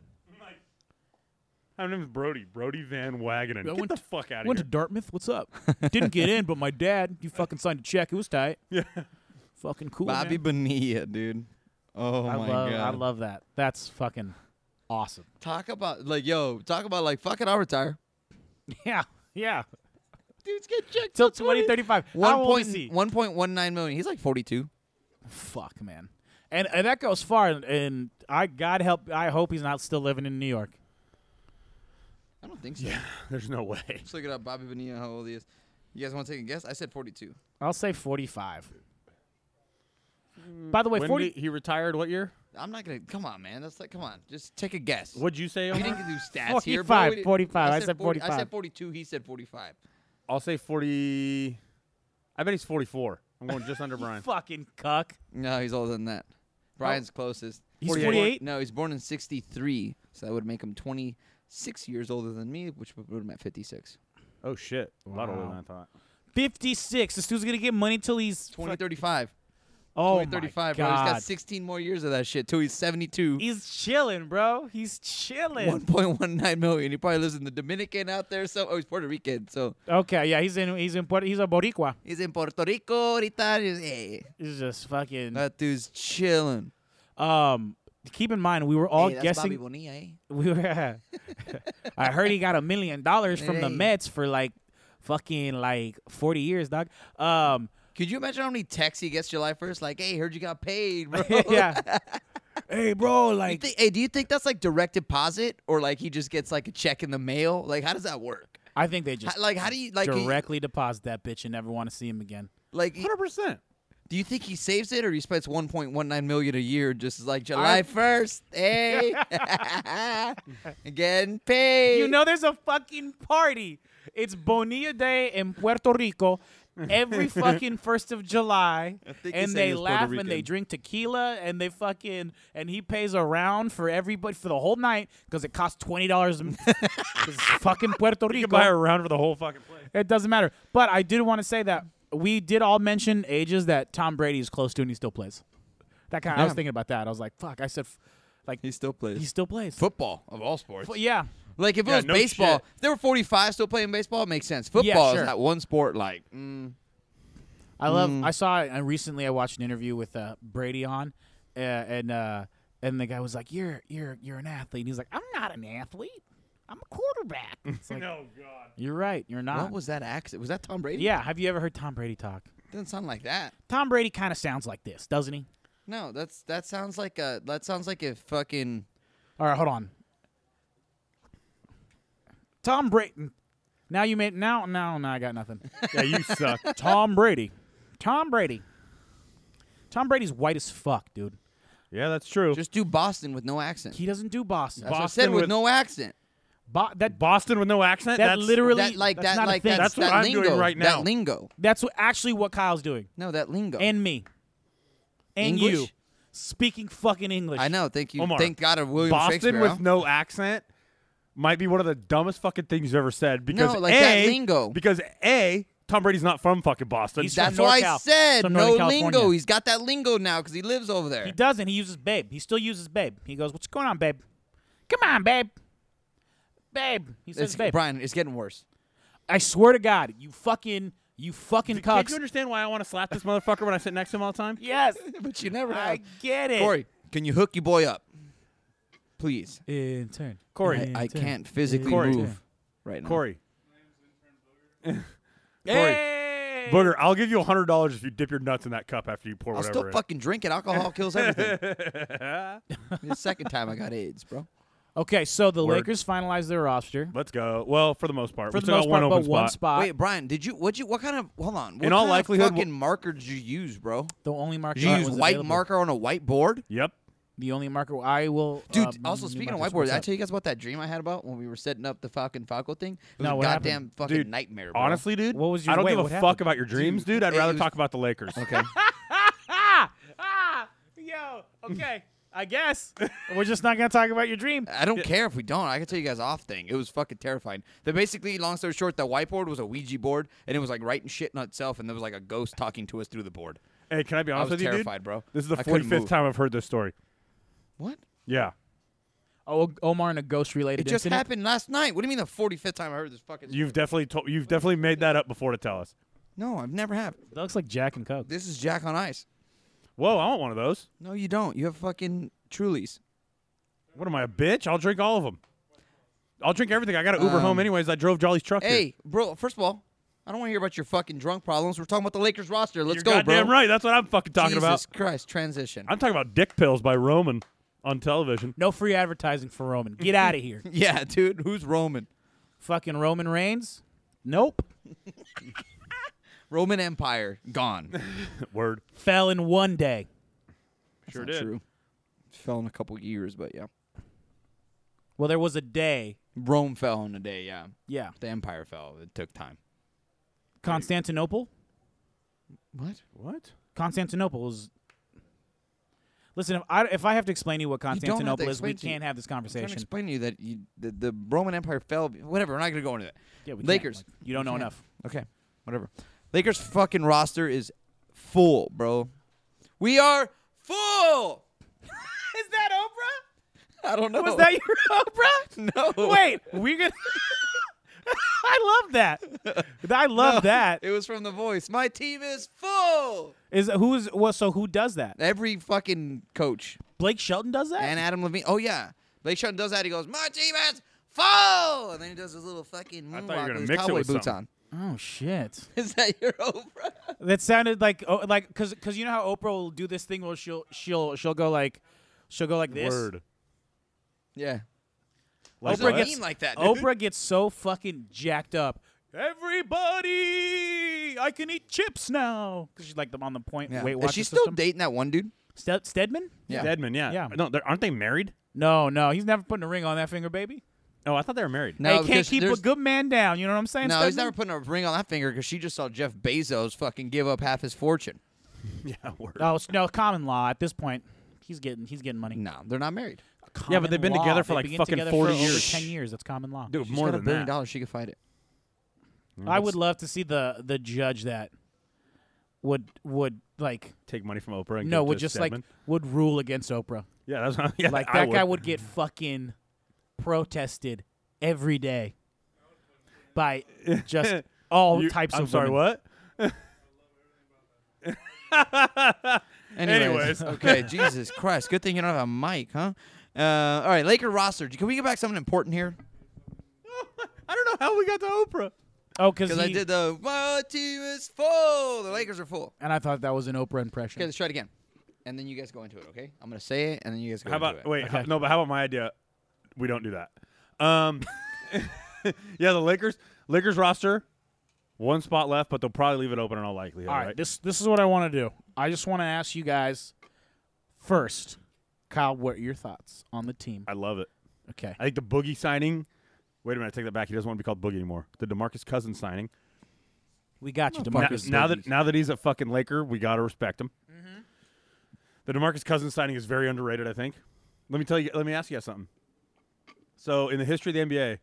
My name is Brody. Brody Van Wagenen.
I
Get
went
the
to-
fuck out
Went
of
to Dartmouth. What's [laughs] up? Didn't get in, but my dad. You fucking signed a check. It was tight.
here.
Fucking cool. man.
Bobby Bonilla, dude. Oh
I
my
love,
god.
I love that. That's fucking awesome.
talk about like yo. Talk about like fuck it. I'll retire.
[laughs] Yeah, yeah.
Dude's get checked
Till twenty thirty five.
One
point.
point one point one nine million. He's like 42.
Fuck, man. And, and that goes far. And, and I, God help, I hope he's not still living in New York.
I don't think so.
[laughs] There's no way.
Let's look it up. Bobby Bonilla, how old he is. You guys want to take a guess? I said 42.
I'll say forty five. By the way, forty.
he retired? What year?
I'm not gonna. Come on, man. That's like, come on. Just take a guess.
What'd you say?
We
Omar?
didn't do stats here.
45,
bro. We didn't-
45. I said
40 I
45.
said 42. He said 45.
I'll say 40. I bet he's 44. I'm going just [laughs] under Brian.
Fucking cuck.
No, he's older than that. Brian's closest.
Oh. He's
48.
48?
No, he's born in 63, so that would make him 26 years older than me, which would put him at 56.
Oh shit! A lot older
Wow.
than I thought.
Fifty six. This dude's gonna get money till he's
2035.
Oh my
2035, bro. He's
God.
got 16 more years of that shit till he's 72.
He's chilling, bro. He's chilling.
1.19 million. He probably lives in the Dominican out there. So, oh, he's Puerto Rican. So
Okay, yeah, he's in. He's in. Puerto, he's a Boricua.
he's in Puerto Rico. Ahorita. He's- Hey,
He's just fucking.
that dude's chilling.
Um, keep in mind, we were all
Hey, that's Bobby
guessing.
Bonilla, eh?
[laughs] We were. I heard he got a million dollars from the
Hey.
Mets for like fucking like forty years, dog. Um, [laughs]
Could you imagine how many texts he gets July 1st? Like, hey, heard you got paid,
[laughs]
bro.
yeah. hey, bro, like
Thi- hey, do you think that's like direct deposit or like he just gets like a check in the mail? Like, how does that work?
I think they just
How- like, how do you like he-
directly deposit that bitch and never want to see him again.
like? he-
100. percent
Do you think he saves it or he spends 1.19 million a year just as like
[laughs]
July 1st? Hey, [laughs] getting paid.
You know, there's a fucking party. It's Bonilla Day in Puerto Rico
[laughs]
every fucking first of July,
think he
and
said he
they
was Puerto
laugh and they
Rican.
drink tequila and they fucking and he pays a round for everybody for the whole night because it costs twenty dollars.
[laughs]
fucking Puerto
You can buy a
Rico.
round for the whole fucking [laughs] place.
It doesn't matter. But I did want to say that we did all mention ages that Tom Brady is close to and he still plays. That kind. of I was
Yeah.
thinking about that. I was like, fuck. I said, f- like
he still plays
he still plays.
football of all sports.
F- yeah.
Like if it
Yeah,
was
no
baseball,
shit.
if they were 45 still playing baseball, it makes sense. Football
sure.
is that one sport like mm,
I love. I saw. I recently I watched an interview with uh, Brady on, uh, and uh, and the guy was like, "You're you're you're an athlete." And he's like, "I'm not an athlete. I'm a
[laughs]
quarterback." It's like,
No god.
you're right. You're not.
what was that accent? Was that Tom Brady?
Uh, yeah. Have you ever heard Tom Brady talk?
doesn't sound like that.
Tom Brady kind of sounds like this, doesn't he?
No, that's that sounds like a that sounds like a fucking
All right, hold on. Tom Brady. Now you made now now now I
[laughs]
got nothing.
Yeah, you suck.
Tom Brady. Tom Brady. Tom Brady's white as fuck, dude.
yeah, that's true.
just do Boston with no accent.
He doesn't do Boston.
That's what I
Boston
said with,
with-
no accent.
Bo- that
Boston with no accent.
that
That's
literally
that like that
that's not
like
a thing.
that's,
That's what
that
I'm
lingo,
doing right now.
That lingo.
That's what, actually what Kyle's doing.
No, that lingo.
And me. And
Oh. English?
you. Speaking fucking English.
I know. Thank you.
Omar,
thank God of William
Boston
Shakespeare.
with
huh?
no accent might be one of the dumbest fucking things you've ever said because
No, like
a,
that lingo.
Because a Tom Brady's not from fucking Boston.
He's
That's
from
why I
NorCal,
said
from
no
Northern California.
lingo. He's got that lingo now because he lives over there.
He doesn't. He uses babe. He still uses babe. He goes, What's going on, babe? Come on, babe. Babe. He says
It's,
babe.
Brian, it's getting worse.
[laughs]
I swear to God, you fucking you fucking
Can't
cucks.
you understand why I want to slap this motherfucker when I sit next to him all the time?
[laughs]
yes.
But you never
I get it.
Corey, can you hook your boy up, please?
In turn.
Corey,
I, I can't physically
Corey.
move right now.
Corey, Corey.
Hey.
Booger, I'll give you hundred dollars if you dip your nuts in that cup after you pour
I'll
whatever.
still
in.
fucking drink it. Alcohol kills
[laughs]
everything. the second time I got AIDS, bro.
Okay, so the
Word.
Lakers finalized their roster.
Let's go. Well, for the most part,
For
we
the
still
most
got
part,
one
but
open spot.
one spot.
Wait, Brian, did you? What you? What kind of? Hold on. What
all
kind of
likelihood,
fucking marker did you use, bro?
the only marker
Did you
that
use
was
white
available.
marker on a whiteboard?
Yep.
The only marker I will.
Dude,
uh,
also
new
speaking of
markers,
whiteboard,
what's
did I
up?
tell you guys about that dream I had about when we were setting up the Falcon Falco thing? It was
No,
a
what happened?
goddamn fucking
Dude,
nightmare. Bro.
Honestly, dude,
What was
I
your-
don't
wait,
give a
what
fuck
happened?
about your dreams, dude. I'd
it
rather
was-
talk about the Lakers.
okay.
ah, ah, yo, okay. I guess [laughs] we're just not gonna talk about your dream.
I don't care if we don't. I can tell you guys off thing. It was fucking terrifying. They basically, long story short, the whiteboard was a Ouija board, and it was like writing shit on itself, and there was like a ghost talking to us through the board.
Hey, can I be honest
was
with you,
terrified,
dude?
bro.
This is the
I couldn't
forty fifth
move.
time I've heard this story.
What?
Yeah.
Oh, Omar and a ghost
It
related
just
incident.
happened last night. What do you mean the forty fifth time I heard this fucking?
You've definitely told you've definitely made that up before to tell us.
no, I've never have.
That looks like Jack and Coke.
This is Jack on Ice.
Whoa, I want one of those.
No, you don't. You have fucking Trulies.
What am I, a bitch? I'll drink all of them. I'll drink everything. I got to Uber home anyways. I drove Jolly's truck. here.
Um, Hey, bro. First of all, I don't want to hear about your fucking drunk problems. We're talking about the Lakers roster. Let's
You're
go, bro.
goddamn right. That's what I'm fucking talking
Jesus
about.
Christ, transition.
I'm talking about dick pills by Roman on television. [laughs]
No free advertising for Roman. Get out
[laughs]
of here.
[laughs] yeah, dude. Who's Roman?
Fucking Roman Reigns. Nope.
Roman Empire
[laughs]
gone.
Word.
Fell in one day.
That's not True. Fell in a couple years, but yeah.
Well, there was a day.
Rome fell in a day. Yeah,
Yeah.
the empire fell. It took time.
Constantinople.
What?
What?
Constantinople is. Listen, if I if I have to explain to you what
don't have to
Constantinople is, we
explain to you.
can't have this
I'm trying to
conversation.
explain to you that you, the, the Roman Empire fell. Whatever. We're not gonna go into that.
Yeah, we can't.
Lakers.
Like, you don't know
can't.
enough.
Okay, whatever. Lakers fucking roster is full, bro. We are full.
Is that Oprah?
I don't know. [laughs]
Was that your [laughs] Oprah?
no?
Wait, we gonna. [laughs] I love that.
[laughs]
I love that.
It was from The Voice. My team is full.
Is who's well? So who does that?
Every fucking coach
Blake Shelton does that.
and Adam Levine. Oh yeah, Blake Shelton does that. He goes, "My team is full," and then he does his little fucking
I thought you
moonwalk
were gonna
with his
mix it
cowboy
with
boots on. [laughs]
something.
oh shit!
Is that your Oprah?
That sounded like oh, like because because you know how Oprah will do this thing where she'll she'll she'll go like she'll go like this.
Word.
Yeah.
Like
Oprah
what?
gets- mean like that, dude?
Oprah gets so fucking jacked up. Everybody, I can eat chips now because she's like the on the point.
yeah.
Weight
is she
Watchers
still
system.
dating that one dude?
Ste- Stedman?
Yeah.
Deadman. Yeah.
Yeah.
No, they're- aren't they married?
No, no, he's never putting a ring on that finger, baby.
Oh, I thought they were married.
No,
hey, can't
because
keep a
there's-
good man down. You know what I'm saying?
No, he's never
Stedman?
putting a ring on that finger because she just saw Jeff Bezos fucking give up half his fortune.
[laughs] yeah. Word.
Oh it's- no, common law at this point. He's getting he's getting money.
No, they're not married.
Yeah, but they've been
Common
together
law.
for,
They've
like,
been
fucking
together
40
for
years.
Over Ten years. That's common law.
Dude,
She's
more
got a
than
billion
that.
dollars. She could fight it.
I would love to see the the judge that would would like
Take money from Oprah and
no
give
would
to
just
Stedman.
like would rule against Oprah.
yeah, that's what, [laughs] yeah,
Like
I
that guy would get fucking protested every day by
[laughs]
just all
You-
types
I'm
of
sorry,
women.
what?
Anyways, [laughs]
Anyways.
okay, Jesus Christ. Good thing you don't have a mic, huh? Uh, all right, Laker roster. Can we get back to something important here?
I don't know how we got to Oprah.
Oh, because
Because I did the my team is full. The Lakers are full.
and I thought that was an Oprah impression.
Okay, let's try it again, and then you guys go into it. Okay, I'm gonna say it, and then you guys go.
How
into
about
it.
wait? how- no, but how about my idea? We don't do that. Um, [laughs] yeah, the Lakers, Lakers roster, one spot left, but they'll probably leave it open in all likelihood.
All
right,
right, this this is what I want to do. I just want to ask you guys first, Kyle, what are your thoughts on the team?
I love it.
Okay.
I think the Boogie signing Wait a minute, I take that back. He doesn't want to be called Boogie anymore. The Demarcus Cousins signing.
We got you,
Now,
Demarcus. Boogie.
now that now that he's a fucking Laker, we gotta respect him. The Demarcus Cousins signing is very underrated. I think. Let me tell you. Let me ask you guys something. So in the history of the NBA,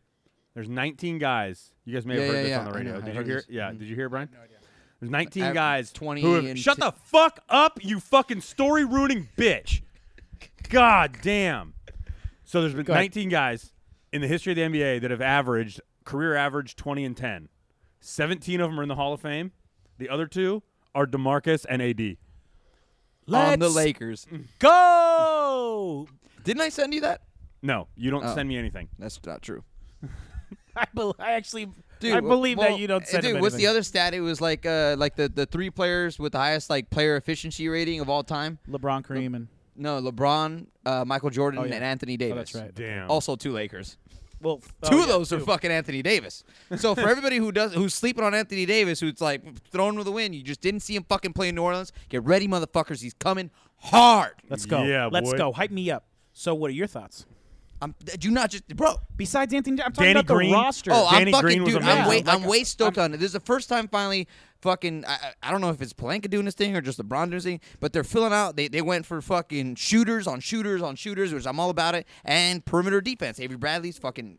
there's 19 guys. You guys may have
Yeah,
heard
yeah,
this
yeah.
on the
I
radio.
know. I
Did you
heard
hear?
this. Mm-hmm.
Yeah. Did you hear, Brian? There's 19
Av-
guys.
20
who have-
and
shut
ti-
the fuck up, you fucking story ruining bitch. God damn. So there's been
ahead.
19 guys in the history of the NBA that have averaged career average 20 and 10. 17 of them are in the Hall of Fame. The other two are DeMarcus and AD.
on the
Let's
Lakers.
Mm.
Go! [laughs]
Didn't I send you that?
No, you don't
Oh.
send me anything.
That's not true.
I, bel I actually,
Dude,
I
well-
believe
well,
that you don't
uh,
send
Dude,
him
what's the
anything.
other stat? It was like uh like the, the three players with the highest like player efficiency rating of all time.
LeBron Kareem and
No, LeBron, uh, Michael Jordan,
Oh, yeah.
and Anthony Davis.
oh, that's right. Oh,
Damn.
Also two Lakers.
Well,
Two of those are fucking Anthony Davis. So for everybody who does who's sleeping on Anthony Davis, who's like thrown with the wind, you just didn't see him fucking play in New Orleans. Get ready, motherfuckers. He's coming hard.
Let's go.
Yeah,
Let's
boy.
go. Hype me up. So, what are your thoughts?
I'm do not just bro.
Besides Anthony, I'm talking
Danny
about the
Green.
roster.
Oh,
Danny
I'm fucking
Green was
dude.
amazing.
I'm way,
Like,
I'm way stoked on it. This is the first time finally. Fucking, I, I- I don't know if it's Palenka doing this thing or just LeBron doing this thing, but they're filling out. They, they went for fucking shooters on shooters on shooters, which I'm all about it, and perimeter defense. Avery Bradley's fucking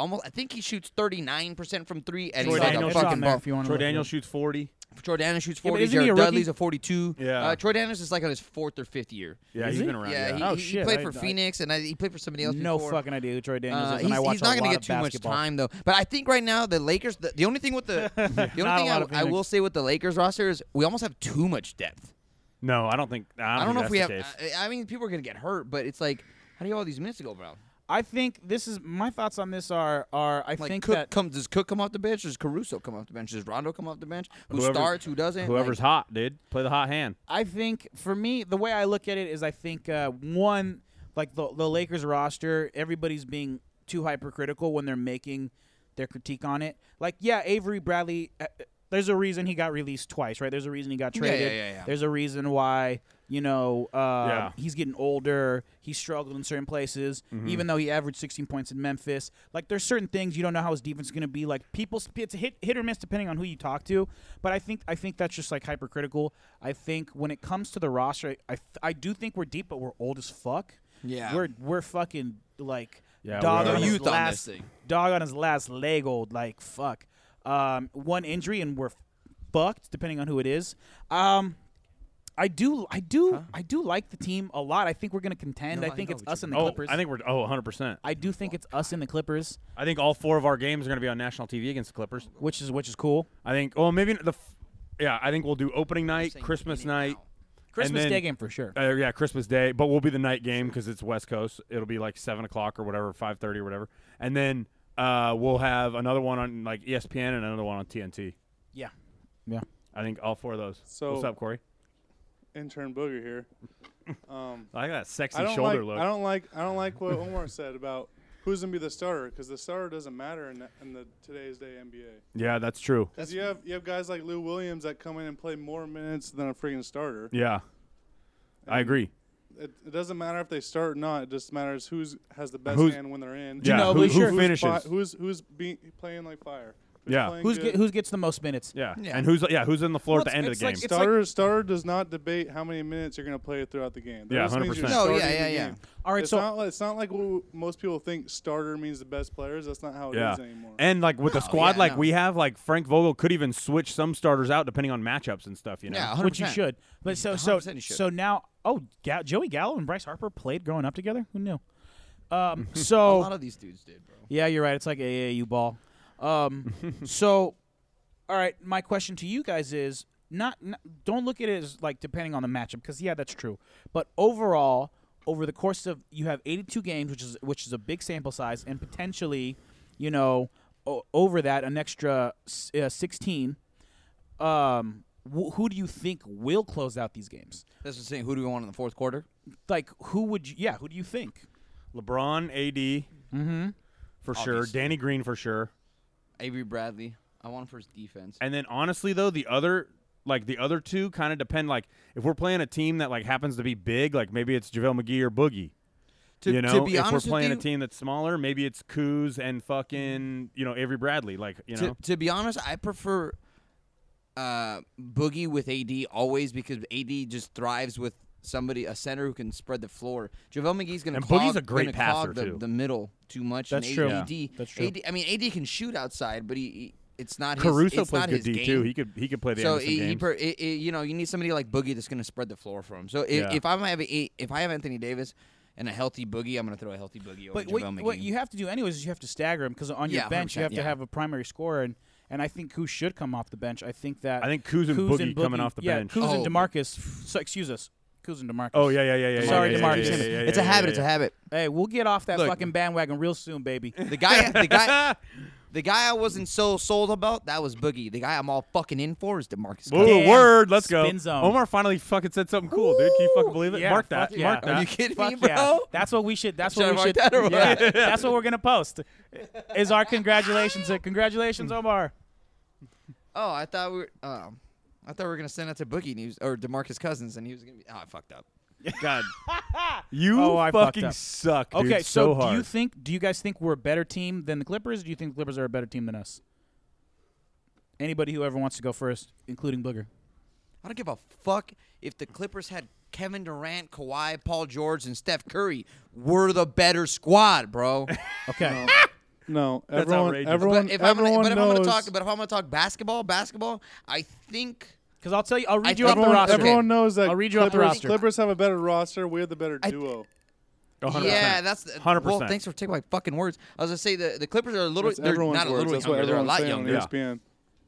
almost. I think he shoots 39 percent from three, and
Troy
he's like
Daniels
a
on
fucking
there
ball.
if you want to
Troy Daniels shoots 40.
Troy Daniels shoots
Yeah, but
40.
isn't he a
Jared
rookie?
Dudley's a 42.
Yeah.
Uh, Troy Daniels is like on his fourth or fifth year.
Yeah,
Is
he's
he?
been around.
yeah, he,
Oh,
he,
shit,
he played
I-
for
I-
Phoenix, and I, he played for somebody else.
No
before.
fucking idea who Troy Daniels
Uh,
is,
he's,
and I watch
he's not
a
gonna
lot
get
of
too much
basketball.
time though. But I think right now the Lakers. The, the only thing with
[laughs]
the the
Not a
only
lot
thing
of
I, I will
Phoenix.
say with the Lakers roster is we almost have too much depth.
No, I don't think. I
I don't
don't,
know if
think
we
that's
have. uh,
the case.
I, I mean, people are gonna get hurt, but it's like, how do you have all these minutes to go around?
I think this is my thoughts on this are are I
Like,
think
Cook
that
comes. Does Cook come off the bench? Does Caruso come off the bench? Does Rondo come off the bench? Who
Whoever-
starts? Who doesn't?
Whoever's
Like,
hot, dude, play the hot hand.
I think for me, the way I look at it is I think uh, one, like the the Lakers roster, everybody's being too hypercritical when they're making their critique on it. Like, yeah, Avery Bradley. Uh, uh, there's a reason he got released twice, right? There's a reason he got
Yeah, yeah,
traded.
yeah, yeah.
There's a reason why you know uh,
Yeah.
he's getting older. He struggled in certain places,
Mm-hmm.
even though he averaged 16 points in Memphis. Like, there's certain things you don't know how his defense is going to be. Like, people, sp- it's hit hit or miss depending on who you talk to. But I think I think that's just like hypercritical. I think when it comes to the roster, I I, th- I do think we're deep, but we're old as fuck.
Yeah.
we're we're fucking like
Yeah,
dog
we are.
on
No
his
youth on this
last
thing.
dog on his last leg old like fuck. Um, one injury and we're fucked depending on who it is. Um. I do, I do, I do like the team a lot. I think we're going to contend.
No,
I
I
think
know
it's
what
us
you
and the
Oh,
Clippers.
I think we're oh 100. percent
I do think it's us and the Clippers,
I think all four of our games are going to be on national TV against the Clippers.
which is which is cool.
I think. Well, maybe the. F- yeah, I think we'll do opening night,
saying
Christmas
in and
night.
out.
Christmas
then-
Day game for sure.
Uh, yeah, Christmas Day, but we'll be the night game because it's West Coast. It'll be like seven o'clock or whatever, five thirty or whatever, and then uh, we'll have another one on like E ESPN and another one on TNT.
Yeah, yeah.
I think all four of those.
So-
what's up, Corey?
intern booger here. Um,
I got that sexy
I don't
shoulder
like.
look.
I don't like. I don't like what Omar said about who's gonna be the starter because the starter doesn't matter in, the, in the today's day NBA.
yeah, [laughs] that's true.
Because you have you have guys like Lou Williams that come in and play more minutes than a freaking starter.
Yeah, I agree.
It, it doesn't matter if they start or not. It just matters who's has the best
Who's-
hand when they're in.
Yeah,
know
who,
who's
who
your-
Who's
finishes?
fi- who's who's be, playing like fire? Who's
Yeah.
playing
Who's
good?
get, who's gets the most minutes?
yeah.
Yeah.
and who's yeah who's in the floor
Well,
at the
it's-
end of
it's
the game?
like- it's-
starter? starter does not debate how many minutes you're gonna play throughout the game. That
Yeah,
just means you're
100%.
No, Oh, yeah,
starting the
yeah, yeah.
game.
All right,
it's
so
not, it's not like what most people think starter means the best players. That's not how it is
yeah,
anymore.
and like with the squad
Oh, yeah,
like
no.
we have, like Frank Vogel could even switch some starters out depending on matchups and stuff. You know,
Yeah, 100%.
which you should. But so so
100% you should.
so now, oh, Ga- Joey Gallo and Bryce Harper played growing up together. Who knew? Um,
A
so
lot of these dudes did, bro.
yeah, you're right. It's like AAU ball. Um, so, all right, my question to you guys is not, n don't look at it as like depending on the matchup because yeah, that's true. But overall, over the course of you have 82 games, which is which is a big sample size, and potentially, you know, o- over that an extra s- uh, 16. Um, wh- who do you think will close out these games?
That's what I'm saying. Who do we want in the fourth quarter?
Like, who would you? Yeah, who do you think?
LeBron, AD,
Mm-hmm.
for sure.
Obviously.
Danny Green, for sure.
Avery Bradley. I want him for his defense.
And then honestly, though, the other like the other two kind of depend. Like if we're playing a team that like happens to be big, like maybe it's JaVale McGee or Boogie.
To,
you know,
to be
if we're
honest
playing
with
a
you,
team that's smaller, maybe it's Kuz and fucking you know Avery Bradley. Like you know,
to, to be honest, I prefer uh, Boogie with AD always because AD just thrives with somebody, a center who can spread the floor. JaVale McGee's going to
And
clog,
Boogie's a great
gonna clog
passer,
the,
too.
the middle too much.
That's
and
true.
AD,
Yeah, that's true.
AD, I mean, AD can shoot outside, but he, he- it's not his,
Caruso
it's
plays
not
good
his
D
game.
too. He could he could play the
so
Anderson
he, he
games.
per, i i you know you need somebody like Boogie that's going to spread the floor for him. So if,
Yeah.
if I'm having if I have Anthony Davis and a healthy Boogie, I'm going to throw a healthy Boogie over
But what,
JaVale
what
McGee.
you have to do anyways is you have to stagger him because on your
Yeah,
bench you
100%,
have
yeah.
to have a primary scorer and and I think who should come off the bench. I think that
I think Kuz and Boogie coming off the
yeah,
bench.
Kuz and
Oh.
Demarcus. So, excuse us, Kuz and Demarcus.
oh yeah, yeah, yeah, yeah. yeah,
Sorry,
yeah, yeah,
DeMarcus.
yeah, yeah, yeah,
it's
yeah,
a
yeah,
habit.
yeah,
It's a habit.
Hey, we'll get off that
Look.
fucking bandwagon real
[laughs]
soon, baby.
The guy, the guy, [laughs] the guy I wasn't so sold about that was Boogie. The guy I'm all fucking in for is Demarcus.
Whoa,
Cousins.
Damn.
word, let's go.
Spin zone.
Omar finally fucking said something cool, dude. Can you fucking believe it?
Yeah,
mark that.
fuck yeah.
Mark
Are
Are
that.
you kidding me,
Fuck
bro?
yeah. That's what we should. That's
Should I
what we
mark
should.
that or what?
yeah, that's what we're gonna post. Is
[laughs]
our congratulations? Uh, congratulations, Omar.
Oh, I thought we were. Um, I thought we were gonna send that to Boogie News or Demarcus Cousins, and he was gonna be. Oh, I fucked up.
God, [laughs] you
Oh, I fucked
fucking
up.
suck, dude.
Okay,
so, hard.
do you think? Do you guys think we're a better team than the Clippers? Or do you think the Clippers are a better team than us? Anybody who ever wants to go first, including Booger.
I don't give a fuck if the Clippers had Kevin Durant, Kawhi, Paul George, and Steph Curry. We're the better squad,
[laughs]
bro.
Okay.
No,
That's
everyone,
outrageous.
everyone,
But if I'm
everyone
gonna, but if I'm
knows.
gonna talk, but if I'm gonna talk basketball, basketball, I think.
Because I'll tell you, I'll read
I
you off
think
the
everyone,
roster.
everyone knows that
I'll read you off
Clippers,
the roster.
Clippers have a better roster. We have the better
I-
duo.
100%.
Yeah, that's the-
hundred
Well,
percent.
thanks for taking my fucking words. I was gonna say the, the Clippers are a little.
That's
they're
everyone's
not a
words.
little
That's what
younger. They're a lot
everyone's saying on E
younger.
Yeah.
ESPN.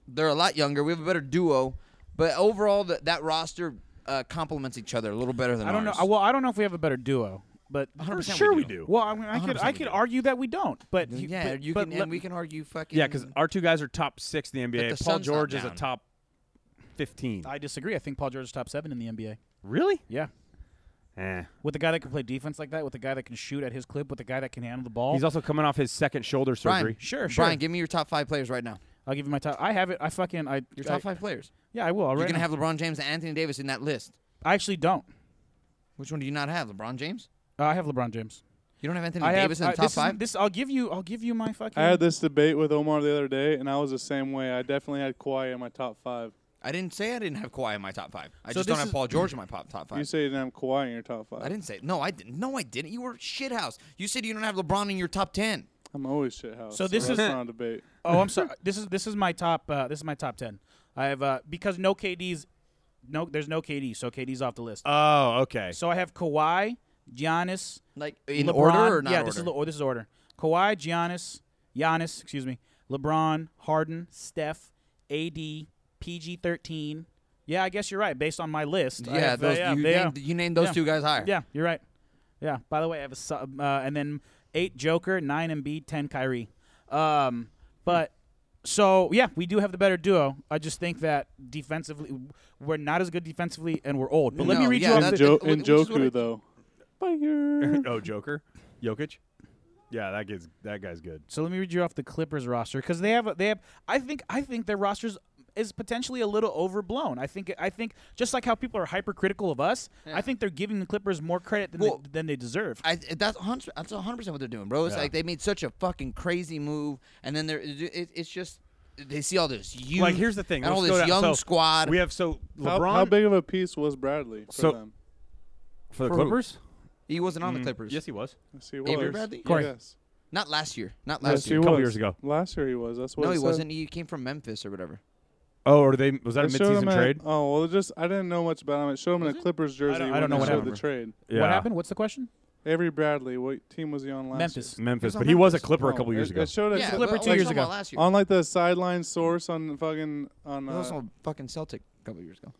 they're a lot younger. We have a better duo, but overall, that that roster uh, complements each other a little better than
I don't know.
ours.
I- Well, I don't know if we have a better duo, but
100%
sure we
we
do.
well, I, mean, I could
100%
I
we
could
do.
argue that we don't. But he-
yeah,
but,
you
but
can
let-
and we can argue fucking.
Yeah, because our two guys are top six in the
the
NBA. Paul
sun's not
George is a
down.
top fifteen.
I disagree. I think Paul George is top seven in the NBA.
Really?
Yeah,
Eh.
with the guy that can play defense like that, with the guy that can shoot at his clip, with the guy that can handle the ball.
He's also coming off his second shoulder
Brian,
surgery.
sure, sure.
Brian, give me your top five players right now.
I'll give you my top. I have it. I fucking I.
Your
I-
top five players.
Yeah, I will. I'll
You're
right
gonna
now.
have LeBron James and Anthony Davis in that list.
I actually don't.
Which one do you not have? LeBron James.
Uh, I have LeBron James.
You don't have Anthony
I have
Davis in
I-
the top
this isn't-
five.
This I'll give you. I'll give you my fucking.
I had this debate with Omar the other day, and I was the same way. I definitely had Kawhi in my top five.
I didn't say I didn't have Kawhi in my top five. I
So
just don't
this
have
is-
Paul George in my pop top
You
five.
say you didn't have Kawhi in your top five.
I didn't say no. I didn't. No, I didn't. You were shithouse. You said you don't have LeBron in your top ten.
I'm always shit house.
So this
that's
is-
not a debate.
Oh, I'm sorry. [laughs] this is this is my top. Uh, this is my top ten. I have uh, because no KD's. No, there's no KD, so KD's off the list.
Oh,
[laughs]
okay.
so I have Kawhi, Giannis,
Like in
LeBron.
order or not
yeah,
order?
this is the or this is order. Kawhi, Giannis, Giannis, excuse me, LeBron, Harden, Steph, AD, PG13. Yeah, I guess you're right. Based on my list, I
yeah,
have, uh,
those,
yeah,
you,
they-
named, you named those
Yeah.
two guys higher.
yeah, you're right. Yeah. By the way, I have a sub, uh, and then eight Joker, nine Embiid, ten Kyrie. Um, but so yeah, we do have the better duo. I just think that defensively, we're not as good defensively, and we're old. But let me
No,
read
yeah,
you. off
that's-
And,
the,
jo-
it- it-
and
which is what
Joku
I-
though. Fire.
oh, Joker, Jokic. Yeah, that gets that guy's good.
so let me read you off the Clippers roster because they have a- they have. I think I think their rosters is potentially a little overblown. I think I think just like how people are hypercritical of us, I think they're giving the Clippers more credit than
Well,
they, than they deserve.
I, that's a hundred- that's a hundred percent what they're doing, bro. It's
Yeah.
like they made such a fucking crazy move, and then they're it, it's just they see all this youth.
like, here's the thing.
and all
Let's go
this young
down- so
squad.
We have so
How,
LeBron
how big of a piece was Bradley for
So-
them?
for the
for who?
Clippers.
he wasn't on the
Mm,
Clippers.
Yes, he was.
Yes, he was.
Avery Bradley?
Corey.
Corey.
Yes.
not last year. Not
Yes,
last
he
year.
a couple
was.
years ago.
Last year he was. That's what
No,
it
he
said.
wasn't. He came from Memphis or whatever.
Oh, or they was that a
It showed
midseason
him at-
trade?
oh well, it just I didn't know much about him. It showed him in a Clippers jersey.
I don't
when
know
they
what
showed
happened.
the trade.
yeah.
What happened? What's the question?
Avery Bradley. What team was he on last?
Memphis.
Year?
Memphis,
It's
but
on
he was a
Memphis.
Clipper a
Oh,
couple
it-
years ago.
It showed us
yeah,
Clipper
but-
two
like,
years
talking
ago.
about Last year.
on like the sideline source on fucking on.
He was
Uh,
on fucking Celtic a couple years ago.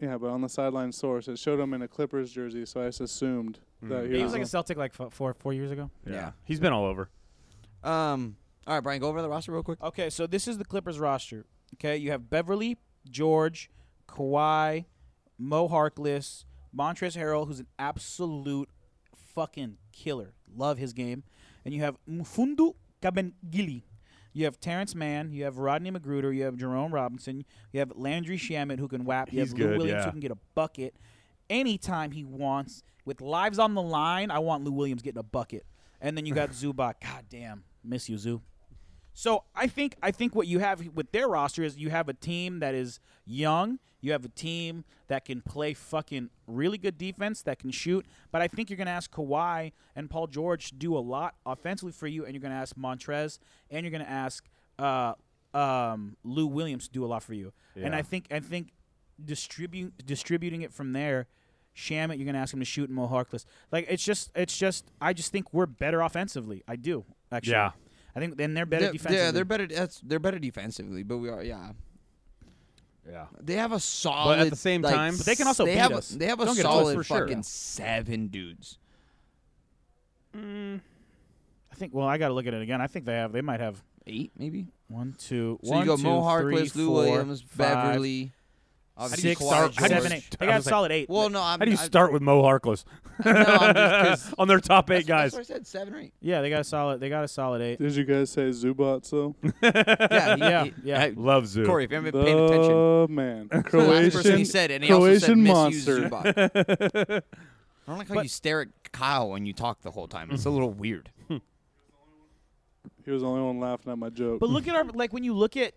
yeah, but on the sideline source, it showed him in a Clippers jersey. So I just assumed that
Mm.
he
He was
was.
like
on-
a Celtic like f- four four years ago.
Yeah.
he's been all over.
Um. All right, Brian, go over the roster real quick.
Okay, so this is the Clippers roster. Okay, you have Beverly, George, Kawhi, Mo Harkless, Montrezl Harrell, who's an absolute fucking killer. Love his game. And you have Mfundu Kabengili. You have Terrence Mann. You have Rodney Magruder. You have Jerome Robinson. You have Landry Shamit, who can whap. You
He's
have
good,
Lou Williams,
yeah.
who can get a bucket. anytime he wants. With lives on the line, I want Lou Williams getting a bucket. And then you
[laughs]
got Zubac. God damn, miss you, Zoo. So I think I think what you have with their roster is you have a team that is young, you have a team that can play fucking really good defense, that can shoot. But I think you're gonna ask Kawhi and Paul George to do a lot offensively for you, and you're gonna ask Montrez, and you're gonna ask uh, um, Lou Williams to do a lot for you. And
Yeah.
I think I think distribute distributing it from there. Shamit, you're gonna ask him to shoot and Mo Harkless. Like it's just, it's just. I just think we're better offensively. I do actually.
Yeah.
I think then they're better
They're-
defensively.
Yeah, they're better. That's, they're better defensively, but we are. Yeah,
Yeah.
they have a solid.
the same
like,
time- But
they can also
they
beat
have
us.
A, they have a
Don't get it twisted,
solid
for sure.
fucking seven dudes.
I think. Well, I got to look at it again. I think they have. They might have
Eight maybe.
one, two,
So
one,
you go
two,
Mo
three,
Harkless, Lou
four,
Williams,
five,
Beverly, obviously
six,
Kawhi,
seven,
how do you
George.
eight.
st-
They
I
got a
was like-
solid eight.
Well, no, I'm,
How do you
I-
start with Mo Harkless
no, I'm just 'cause-
[laughs] on their top
that's-
eight guys?
That's what I said, seven or
[laughs]
eight.
yeah, they got a solid. They got a solid eight.
Did you guys say Zubac though?
[laughs] Yeah, he,
Yeah,
he-
yeah.
hey,
Love Zoo.
Corey, if you haven't paying attention,
the man,
the [laughs] last person he
Croatian.
said, and he also said
Croatian
misused
monster.
Zubac.
[laughs]
I don't like how
But-
you stare at Kyle when you talk the whole time.
Mhm.
It's a little weird.
He was the only one laughing at my joke.
But look at our like when you look at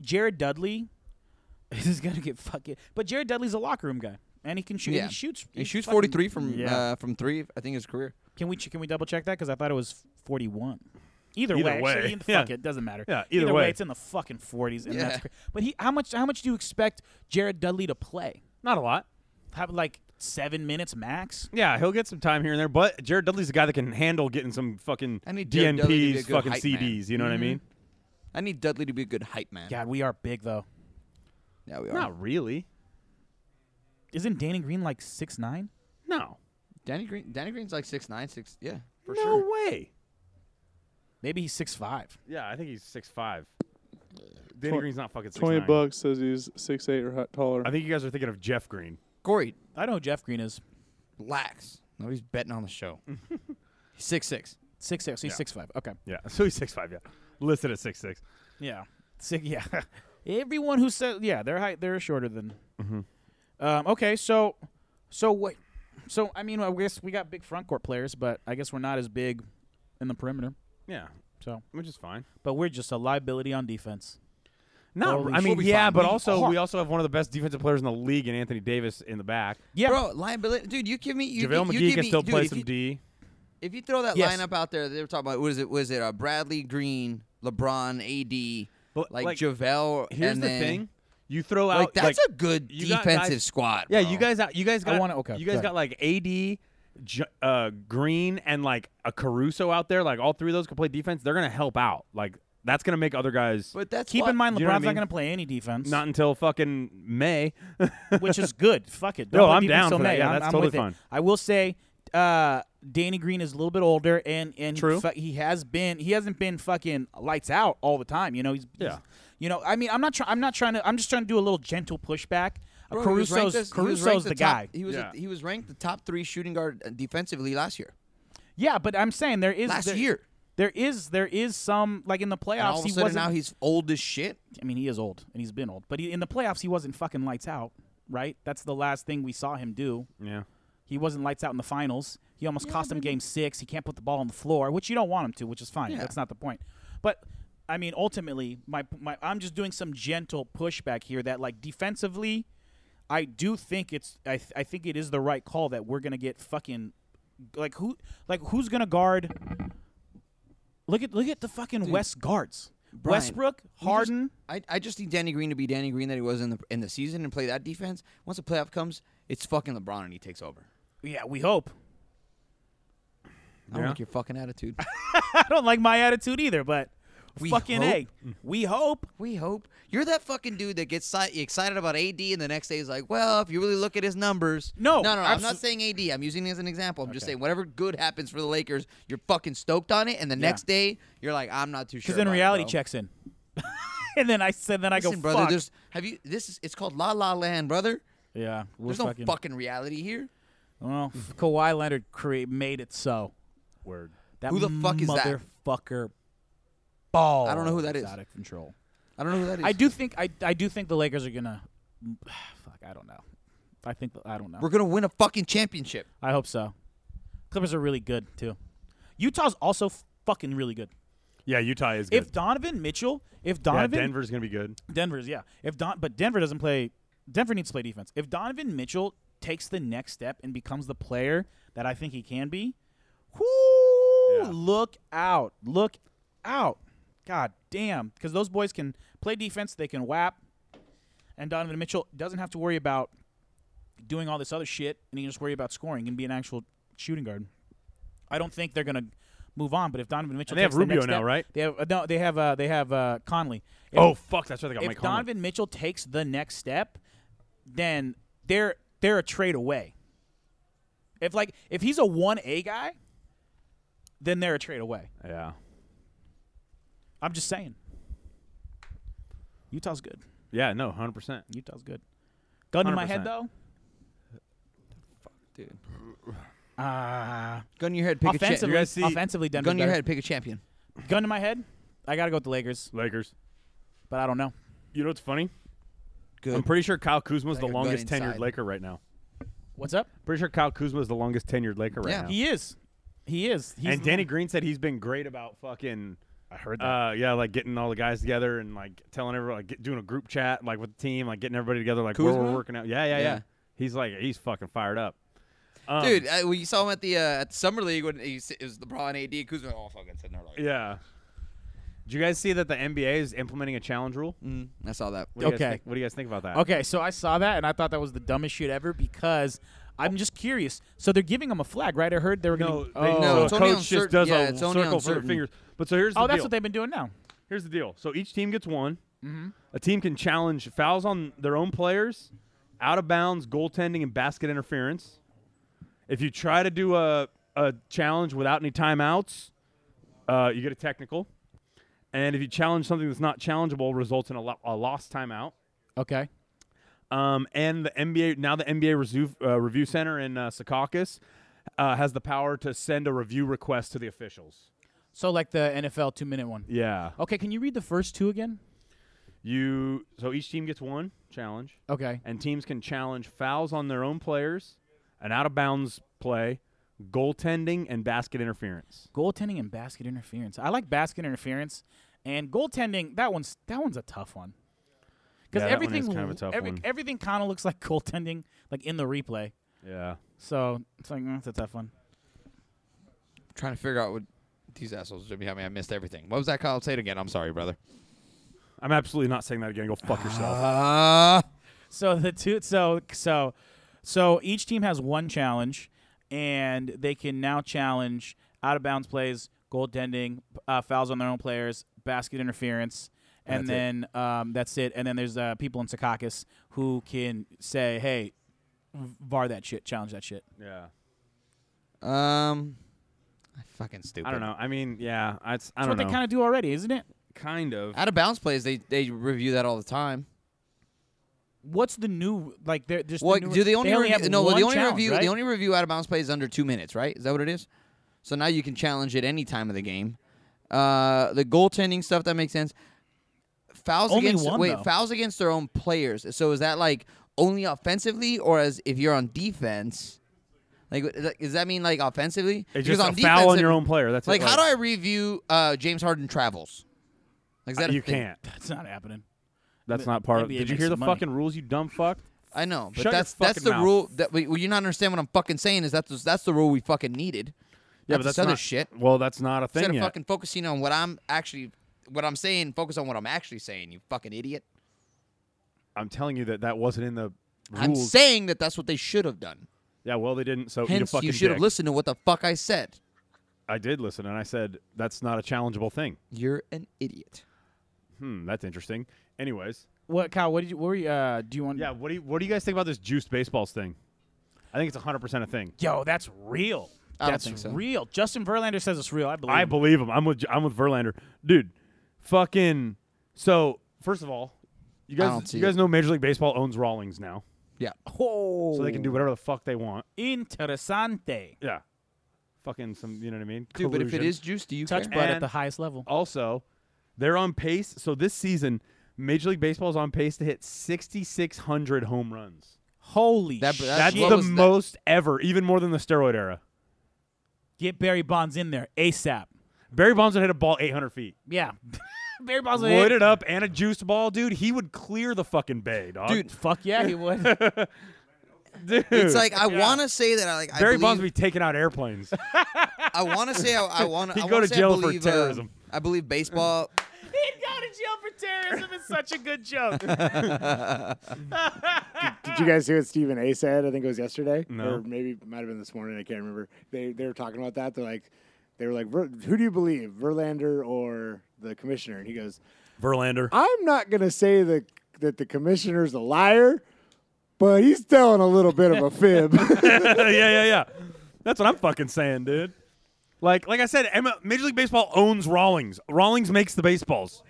Jared Dudley, [laughs] this is gonna get fucking. But Jared Dudley's a locker room guy, and he can shoot.
Yeah.
He shoots.
He shoots
fucking-
43 from
yeah.
uh, from three. I think his career.
Can we ch- can we double check that? Because I thought it was forty one. Either,
Either
way, actually,
way,
in the
yeah.
fuck it doesn't matter.
Yeah, either way.
it's in the fucking forties, and
Yeah.
that's. Cra- but he, how much how much do you expect Jared Dudley to play?
Not a lot.
Have like seven minutes max.
Yeah, he'll get some time here and there, but Jared Dudley's a guy that can handle getting some fucking
I need Jared Dudley to be a
DNPs,
good
fucking
hype man. Mm-hmm.
CDs. You know what I mean?
I need Dudley to be a good hype man.
God, we are big though.
yeah we are.
Not really.
Isn't Danny Green like six nine?
No.
Danny Green. Danny Green's like six nine, six. Yeah, for
no
sure.
way.
Maybe he's six five.
Yeah, I think he's six five. Danny
Twen-
Green's not fucking
20
6'9".
bucks says he's six eight or hi- taller.
I think you guys are thinking of Jeff Green.
Corey
I know who Jeff Green is
lax. Nobody's betting on the show. six six.
six six. He's
Yeah.
six five. Okay.
Yeah, [laughs] so he's six five. Yeah, listed at six six.
Yeah. Sick. Yeah. [laughs] Everyone who said yeah, they're high, they're shorter than.
Mm-hmm.
Um, okay, so, so what? So I mean, I guess we got big front court players, but I guess we're not as big in the perimeter.
Yeah,
So,
which is fine.
but we're just a liability on defense.
Not,
Holy
I
shit.
mean,
We'll be
yeah,
fine.
but
We
also
are.
we also have one of the best defensive players in the league, and Anthony Davis in the back.
Yeah.
Bro, liability, dude. You give me. You,
JaVale
gi- you
McGee
give
can
me-
still
dude,
play
if
some
you-
D.
If you throw that
Yes.
lineup out there, they were talking about. What is it? Was it uh, Bradley Green, LeBron, AD,
But,
like,
like,
Javale?
Here's
and
the
then-
thing: you throw out
Like that's
like-
a good
you got
defensive
guys-
squad.
yeah.
bro.
You guys out. You guys got.
wanna- okay,
You
go
guys
ahead.
got like AD, J- uh, Green, and like a Caruso out there. Like all three of those can play defense. They're gonna help out. Like that's gonna make other guys.
But that's
Keep
why-
in mind, LeBron's
you know what I
not
mean?
going to play any defense,
not until fucking May.
which is good. [laughs] Fuck it.
No,
Don't play
I'm
defense
down
till
for that.
May.
Yeah,
I'm-
that's
I'm
totally
with it.
fine.
I will say, uh, Danny Green is a little bit older, and and
True.
fu- he has been he hasn't been fucking lights out all the time. You know, he's, he's-
Yeah.
You know, I mean, I'm not trying. I'm not trying to. I'm just trying to do a little gentle pushback. Uh,
Bro, he was ranked
Caruso's
as- he was
Caruso's
ranked
the,
top-
guy.
He was
Yeah.
he was ranked the top three shooting guard uh, defensively last year.
Yeah, but I'm saying there is
Last
there-
year.
There is there is some like in the playoffs
And all of a
he
sudden
wasn't.
now he's old as shit.
I mean, he is old and he's been old, but he, in the playoffs he wasn't fucking lights out. Right, that's the last thing we saw him do.
[laughs] Yeah.
He wasn't lights out in the finals. He almost cost him game six. He can't put the ball on the floor, which you don't want him to, which is fine.
Yeah.
That's not the point. But I mean, ultimately, my, my I'm just doing some gentle pushback here that like defensively, I do think it's I, th- I think it is the right call that we're gonna get fucking like who like who's gonna guard. Look at look at the fucking West guards.
Brian,
Westbrook,
We just-
Harden.
I, I just need Danny Green to be Danny Green that he was in the in the season and play that defense. Once the playoff comes, it's fucking LeBron and he takes over.
[laughs] yeah, we hope.
I don't
Yeah.
like your fucking attitude. [laughs]
I don't like my attitude either, but
We
fucking
hope.
a. We hope.
we hope you're that fucking dude that gets si- excited about AD and the next day is like, well, if you really look at his numbers.
No,
no, no. I'm not
abso-
saying AD. I'm using it as an example. I'm just saying whatever good happens for the Lakers, you're fucking stoked on it, and the next day you're like, I'm not too sure.
Because then
about it,
reality
bro.
checks in, [laughs] and then I said, then I
Listen,
go,
brother,
fuck.
there's have you this is it's called La La Land, brother.
yeah, we're
There's
fucking,
no fucking reality here.
Well,
[laughs]
Kawhi Leonard cre- made it so
Word.
that
Who the fuck is that?
motherfucker ball.
I don't know who that is.
Out of control.
I don't know who that is.
[sighs] I do think I I do think the Lakers are gonna. Fuck, I don't know. I think I don't know.
We're gonna win a fucking championship.
I hope so. Clippers are really good too. Utah's also fucking really good.
Yeah, Utah is good.
If Donovan Mitchell, if
yeah,
Donovan
Denver's gonna be good.
Denver's yeah. If Don but Denver doesn't play Denver needs to play defense. If Donovan Mitchell takes the next step and becomes the player that I think he can be, whoo,
Yeah.
look out. Look out. God damn. Because those boys can play defense, they can whap. And Donovan Mitchell doesn't have to worry about doing all this other shit and he can just worry about scoring and be an actual shooting guard. I don't think they're gonna move on, but if Donovan Mitchell
And they have
takes the
Rubio
next
now,
step-
right?
They have uh, no, they have uh, they have uh, Conley. If-
Oh fuck, that's right. They got
if
Mike Conley.
Donovan Mitchell takes the next step, then they're they're a trade away. If like if he's a one A guy, then they're a trade away.
Yeah,
I'm just saying. Utah's good.
yeah, no, hundred percent.
Utah's good. Gun in my head
100%.
though.
Dude.
Uh,
Ah.
Gun to your head, pick
offensively,
You guys see-
offensively,
a champ.
Denver's
Gun to your
better.
head, pick a champion.
Gun to my head. I gotta go with the Lakers,
Lakers.
but I don't know.
You know what's funny?
Good.
I'm pretty sure Kyle Kuzma's
Like
the
a gun
longest tenured
inside.
Laker right now.
What's up?
Pretty sure Kyle Kuzma's the longest tenured Laker right
Yeah.
now.
He is. He is. He's
and Danny Green said he's been great about fucking. I heard that. Uh, yeah, like getting all the guys together and like telling everyone, like get, doing a group chat, like with the team, like getting everybody together, like where
Kuzma?
we're working out. Yeah, yeah, yeah.
Yeah.
He's like, he's fucking fired up. Um,
Dude, I, well, you saw him at the uh, at the summer league when he, s- it was LeBron and AD. Kuzma all fucking sitting there like,
Yeah. Did you guys see that the NBA is implementing a challenge rule?
mm, I saw that.
What do you guys
Okay.
think- what do you guys think about that?
Okay, so I saw that and I thought that was the dumbest shit ever because I'm just curious. So they're giving him a flag, right? I heard they were
No,
going
they,
to.
No,
Oh,
so
it's
a
only
coach
on
just
certain-
does
yeah,
a
it's only on
circle for the
certain.
fingers. But so here's the
oh that's
deal.
what they've been doing now.
here's the deal. So each team gets one. A team can challenge fouls on their own players, out of bounds, goaltending, and basket interference. If you try to do a, a challenge without any timeouts, uh, you get a technical. And if you challenge something that's not challengeable, results in a, lo- a lost timeout.
Okay.
Um, and the NBA now the NBA review, uh, review center in uh, Secaucus uh, has the power to send a review request to the officials.
So like the NFL two minute one.
Yeah.
Okay, can you read the first two again?
You so each team gets one challenge,
Okay.
and teams can challenge fouls on their own players, an out of bounds play, goaltending, and basket interference.
Goaltending and basket interference. I like basket interference and goaltending. That one's that one's a tough one. Because
Yeah, that one is
everything,
kind of a tough
every-
one.
everything kind of looks like goaltending, like in the replay.
Yeah.
So it's like mm, that's a tough one.
trying to figure out what these assholes did behind me. I missed everything. What was that called? Say it again. I'm sorry, brother.
I'm absolutely not saying that again. Go fuck
[sighs]
yourself.
Uh,
So the two so so so each team has one challenge and they can now challenge out of bounds plays, goaltending, uh, fouls on their own players, basket interference, and then um, that's it. And then there's uh, people in Secaucus who can say, "Hey, var that shit, challenge that shit."
Yeah.
um, fucking stupid.
I don't know. I mean, yeah. I, it's- I
That's
don't
what
know.
they kind of do already, isn't it?
kind of.
Out of bounds plays, they they review that all the time.
What's the new like? They're just
What
the new,
do they only
have
review, no? well,
one
The only
challenge,
review
right?
the only review out of bounds play is under two minutes, right? Is that what it is? So now you can challenge at any time of the game. Uh, the goaltending stuff that makes sense. Fouls
Only
against
one,
wait
though.
fouls against their own players. So is that like only offensively, or as if you're on defense? Like, wh- like, does that mean like offensively?
it's
Because
just
on
a foul on
defensive-
your own player. That's
Like,
it.
how do I review uh, James Harden travels? Like, is that a
Uh, you
thing?
can't.
That's not happening.
That's
The
not part of.
NBA
Did you
makes
hear the
some money.
fucking rules, you dumb fuck?
I know, but
Shut your
that's that's
fucking
the
mouth.
rule that we, well, you not understand what I'm fucking saying is that's that's the rule we fucking needed.
Yeah,
Not
but
this
that's
other
not
shit.
Well, that's not a
Instead
thing
of
yet.
fucking focusing on what I'm actually what I'm saying, focus on what I'm actually saying. You fucking idiot.
I'm telling you that that wasn't in the rules.
I'm saying that that's what they should have done.
yeah, well, they didn't. So eat a
Hence,
fucking
you should have
dick.
listened to what the fuck I said.
I did listen, and I said that's not a challengeable thing.
You're an idiot.
Hmm, that's interesting. Anyways,
What Kyle? What did you? What were you? Uh, do you want?
yeah, what do you, what do you guys think about this juiced baseballs thing? I think it's 100 percent a thing.
Yo, that's real.
I don't
that's
think so.
real. Justin Verlander says it's real. I believe.
I
him.
believe him. I'm with I'm with Verlander, dude. Fucking. So first of all, you
I don't
guys
see
you guys
it.
know Major League Baseball owns Rawlings now,
Oh,
so they can do whatever the fuck they want.
interesante.
Yeah, fucking some. You know what I mean?
Dude, but if it
Collusion.
is juice, do you
Touch
care?
butt at
And-
the highest level.
Also, they're on pace. So this season, Major League Baseball is on pace to hit 6,600 home runs.
Holy
That-
shit.
that-
That's
what
the
was that?
most ever, even more than the steroid era.
Get Barry Bonds in there ASAP.
Barry Bonds would hit a ball 800 feet.
Yeah. [laughs] Barry Bonds would
Wood
hit-
it up and a juice ball, dude. He would clear the fucking bay, dog.
Dude,
Fuck yeah, he would.
Dude.
it's like I want to say that I like
Barry
I
Bonds
believe,
would be taking out airplanes.
I want to say I, I
[laughs]
want to.
He'd go to jail for terrorism.
I believe baseball.
He'd go to jail for terrorism. It's such a good joke.
Did you guys see what Stephen A said? I think it was yesterday,
No.
or maybe it might have been this morning. I can't remember. They they were talking about that. They're like, they were like, "Ver- who do you believe, Verlander or the commissioner? And he goes,
Verlander.
I'm not gonna say that that the commissioner's a liar, but he's telling a little bit of a
[laughs]
fib. [laughs]
yeah, yeah, yeah. That's what I'm fucking saying, dude. Like, like I said, M- Major League Baseball owns Rawlings. Rawlings makes the baseballs.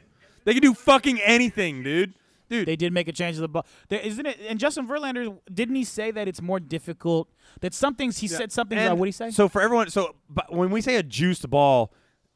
They can do fucking anything, dude. Dude,
They did make a change to the ball. There, isn't it? And Justin Verlander didn't he say that it's more difficult? That some things he said something
And
about what he say?
So for everyone, so but when we say a juiced ball,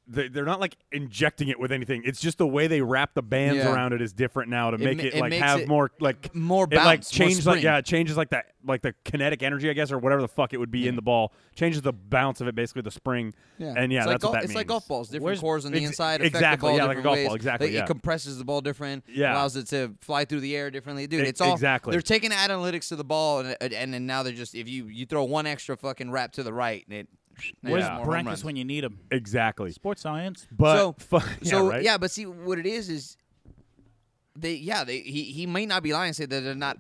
they- they're not like injecting it with anything. It's just the way they wrap the bands
Yeah.
around it is different now to
It
make
ma-
it,
it
like
makes
have
it
more like
more
it like
bounce, more
changes like
spring.
yeah, it changes like that like the kinetic energy I guess or whatever the fuck it would be in the ball changes the bounce of it basically the spring. and yeah,
it's like
that's what
golf,
that
It's
means.
like golf balls, different
Where's-
cores on the
ex-
inside. affect the
exactly,
ball
yeah, like a
different
golf
ways.
ball, exactly,
Like,
yeah.
It compresses the ball different.
Yeah.
allows it to fly through the air differently. Dude,
E-
it's all
exactly.
They're taking analytics to the ball, and and, and now they're just if you you throw one extra fucking wrap to the right, and it.
Where's
more home
Brankus
runs.
when you need him?
exactly.
Sports science.
But [laughs]
so,
fu- yeah,
so
right?
but see what it is is they yeah they he he may not be lying say that they're not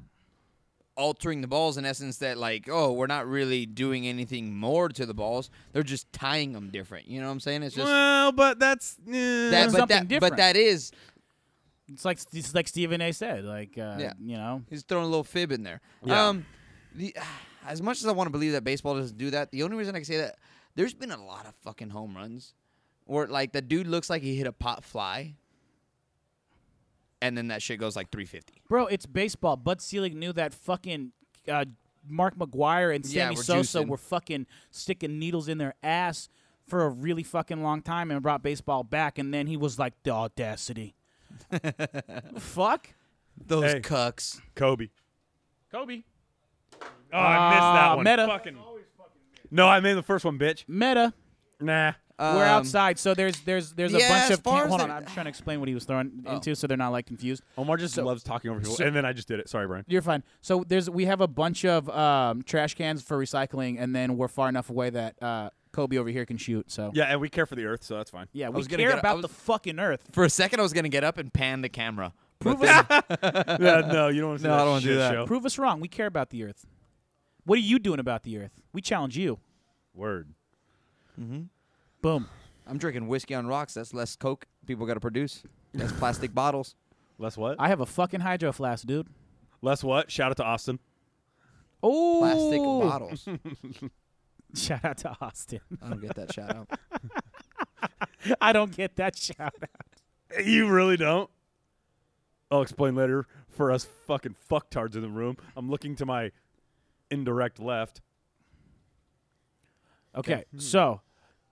altering the balls in essence that like oh we're not really doing anything more to the balls they're just tying them different you know what I'm saying it's just
well, but that's eh.
that but
something
that
different.
but that is
It's like it's like Stephen A. said. Like uh,
Yeah.
you know,
he's throwing a little fib in there
Yeah.
um the, [sighs] as much as I want to believe that baseball doesn't do that the only reason I can say that there's been a lot of fucking home runs where like the dude looks like he hit a pop fly and then that shit goes like 350.
bro, it's baseball. Bud Selig knew that fucking. Uh, Mark McGuire and
Yeah,
Sammy
we're
Sosa
juicing.
were fucking sticking needles in their ass for a really fucking long time and brought baseball back. And then he was like,
[laughs]
the audacity. Fuck.
Those
Hey.
cucks.
Kobe.
Kobe.
Oh, I missed that
Ah,
one.
meta.
Fucking. No, I made the first one, bitch.
Meta.
Nah.
Um,
We're outside, so there's there's there's
yeah,
a bunch
as
of.
far as
hold
the- Oh.
on, I'm trying to explain what he was throwing into, so they're not like confused.
Omar just loves talking over people, and then I just did it. Sorry, Brian.
You're fine. So there's we have a bunch of um, trash cans for recycling, and then we're far enough away that uh, Kobe over here can shoot. So
Yeah, and we care for the earth, so that's fine.
Yeah, we
was gonna
care
get- I
about
was-
the fucking earth.
For a second, I was gonna get up and pan the camera. Prove
Yeah, no, you don't want to.
No, I don't wanna do that.
Prove us wrong. We care about the earth. What are you doing about the earth? We challenge you.
Word.
Boom.
I'm drinking whiskey on rocks. That's less coke. People got to produce.
[laughs]
That's plastic bottles.
Less what?
I have a fucking hydro flask, dude.
Less what? Shout out to Austin.
Oh,
Plastic bottles.
[laughs] Shout out to Austin. [laughs]
I don't get that shout out.
I don't get that shout out.
You really don't. I'll explain later for us fucking fucktards in the room. I'm looking to my indirect left.
Okay,
hmm.
so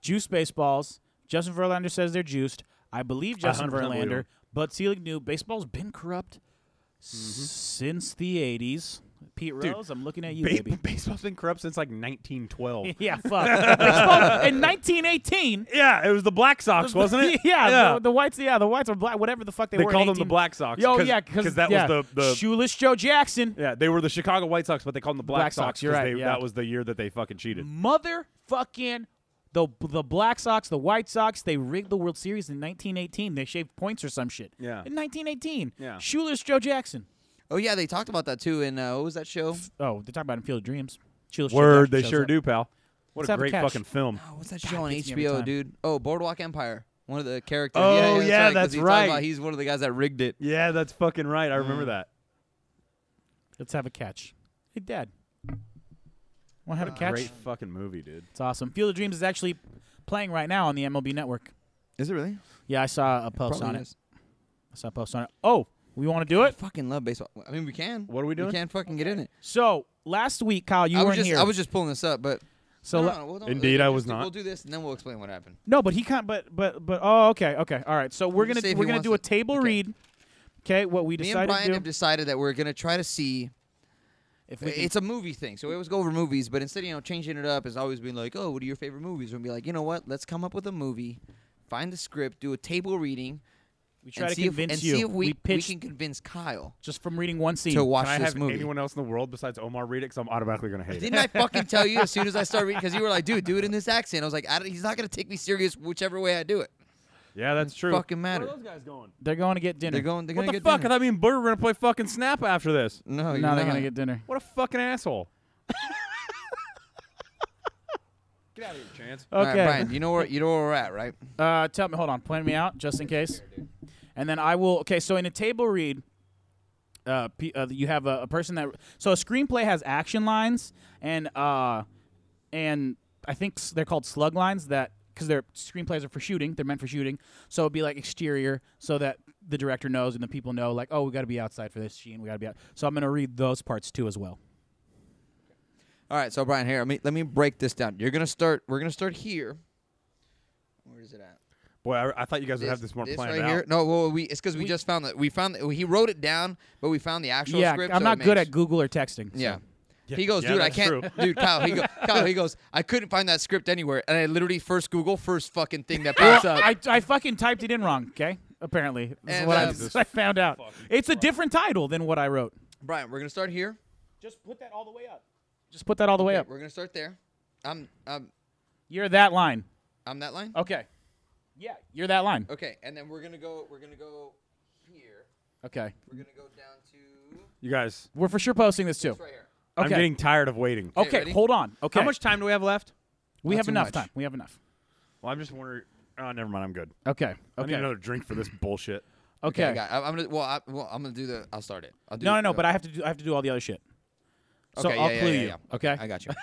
juice baseballs. Justin Verlander says they're juiced. I believe Justin
100% believe
Verlander,
him. Mm-hmm.
but Selig knew baseball's been corrupt since the '80s. Pete Rose, I'm looking at you,
Ba-
baby.
baseball's been corrupt since like
[laughs]
1912.
yeah, fuck. Baseball in 1918.
yeah, it was the Black Sox,
[laughs]
wasn't it?
yeah, The, the whites. Yeah, the whites are black. Whatever the fuck they,
they
were. in
called them
18
the Black Sox.
Yo, yeah,
because that
yeah.
was the, the
shoeless Joe Jackson.
yeah they were the Chicago White Sox, but they called them the Black,
Black Sox, you're
'cause
right,
they-
yeah. Mm.
That was the year that they fucking cheated.
motherfucking the the Black Sox, the White Sox, they rigged the World Series in 1918. They shaved points or some shit.
Yeah.
In 1918.
Yeah.
Shoeless Joe Jackson.
Oh yeah, they talked about that too. In uh, what was that show?
Oh, they're talking about in Field of Dreams. Shoeless Joe
Word,
Jackson
they
shows
sure
up.
do, pal. What
Let's
a
have a
great
catch.
fucking film.
Oh, what's that show on
gets me every
HBO,
time.
dude? Oh, Boardwalk Empire. One of the characters.
Oh,
yeah,
yeah,
right, 'cause
that's
he's talking about
right.
he's one of the guys that rigged it.
Yeah, that's fucking right. I remember that.
Let's have a catch. Hey, Dad. Want to have a catch?
Great fucking movie, dude.
It's awesome. Field of Dreams is actually playing right now on the MLB network.
Is it really?
Yeah, I saw a post
Probably
on it.
is.
I saw a post on it. Oh, we want to do it?
Fucking love baseball. I mean, we can.
What are we doing?
We can fucking get in it.
So, last week, Kyle, you
I was
weren't
just
here.
I was just pulling this up, but
so,
No,
le-
no, no, we'll don't-
Indeed, I
we'll
was
just do-
not.
We'll do this and then we'll explain what happened.
No, but he can't. But but but. Oh, okay, okay. All right. So we're
Just
gonna
see if
we're
he
gonna
wants
do a
it.
table
Okay.
read. Okay, what we
Me and
decided
Brian
to
have
do.
decided that we're gonna try to see
If we can
It's a movie thing, so we always go over movies. But instead, you know, changing it up is always being like, "Oh, what are your favorite movies?" And be like, "You know what? Let's come up with a movie, find the script, do a table reading,
We try
and
to
see
convince
if, and
you.
see if we,
we pitched
can convince Kyle
just from reading one scene.
to watch
Can I
this
have
movie."
[laughs] anyone else in the world besides Omar read it? Because I'm automatically going to hate
[laughs]
it.
Didn't I fucking tell you as soon as I started reading? Because you were like, "Dude, do it in this accent." I was like, I don't- "He's not gonna take me serious, whichever way I do it."
Yeah, that's true.
Fucking matter.
guys going?
they're going to get dinner.
They're going. They're
What
gonna
the
get
fuck? I
dinner.
thought me and Bert were going to play fucking Snap after this.
No, you're
no,
not
they're going to get dinner.
What a fucking asshole. [laughs] Get out of here, Chance.
All right,
Okay.
Brian. You know where you know where we're at, right?
Uh, tell me, hold on, point me out just in case, and then I will. Okay, so in a table read, uh, pe uh you have a, a person that so a screenplay has action lines and uh, and I think s- they're called slug lines that because their screenplays are for shooting, they're meant for shooting. So it'd be like exterior, so that the director knows and the people know, like, oh, we got to be outside for this scene, we got to be out. So I'm gonna read those parts too as well.
All right, so Brian, here. Let me let me break this down. You're gonna start. We're gonna start here. Where is it at?
Boy, I, I thought you guys would have this more planned
right
out.
here. No, well, we it's because we,
We-
just found that we found that, he wrote it down, but we found the actual
yeah,
script.
I'm
so
not
it
good
makes-
at Google or texting. so-
Yeah.
Yeah,
He goes,
yeah,
dude, I
that's
can't, [laughs] dude, Kyle.
[laughs]
He goes, Kyle. He goes, I couldn't find that script anywhere, and I literally first Google first fucking thing that
Well,
pops up.
[laughs] I, I fucking typed it in wrong, okay? Apparently. This is
And,
what I,
um,
this is [laughs] what I found out. It's a different title than what I wrote.
Brian, we're gonna start here.
Just put that all the way up. Just put that all the way
Yeah,
up.
we're gonna start there. I'm, I'm,
You're that line.
I'm that line.
Okay. Yeah, you're that line.
Okay, and then we're gonna go. We're gonna go here.
Okay.
We're gonna go down to
You guys,
We're for sure posting this too.
it's right here.
Okay.
I'm getting tired of waiting.
Okay,
okay,
ready?
hold on. Okay.
How much time do we have left?
We
Not
have
too
enough
much.
time. We have enough.
Well, I'm just wondering. Oh, never mind. I'm good.
Okay.
I need
Okay.
another drink for this bullshit.
Okay,
Okay.
I got, I'm, I'm gonna. Well, I, well, I'm gonna do the. I'll start it. I'll do
no,
it.
no, no, but I have to do I have to do all the other shit. So
Okay, yeah,
I'll
yeah,
clue
yeah,
you.
yeah.
Okay.
I got you.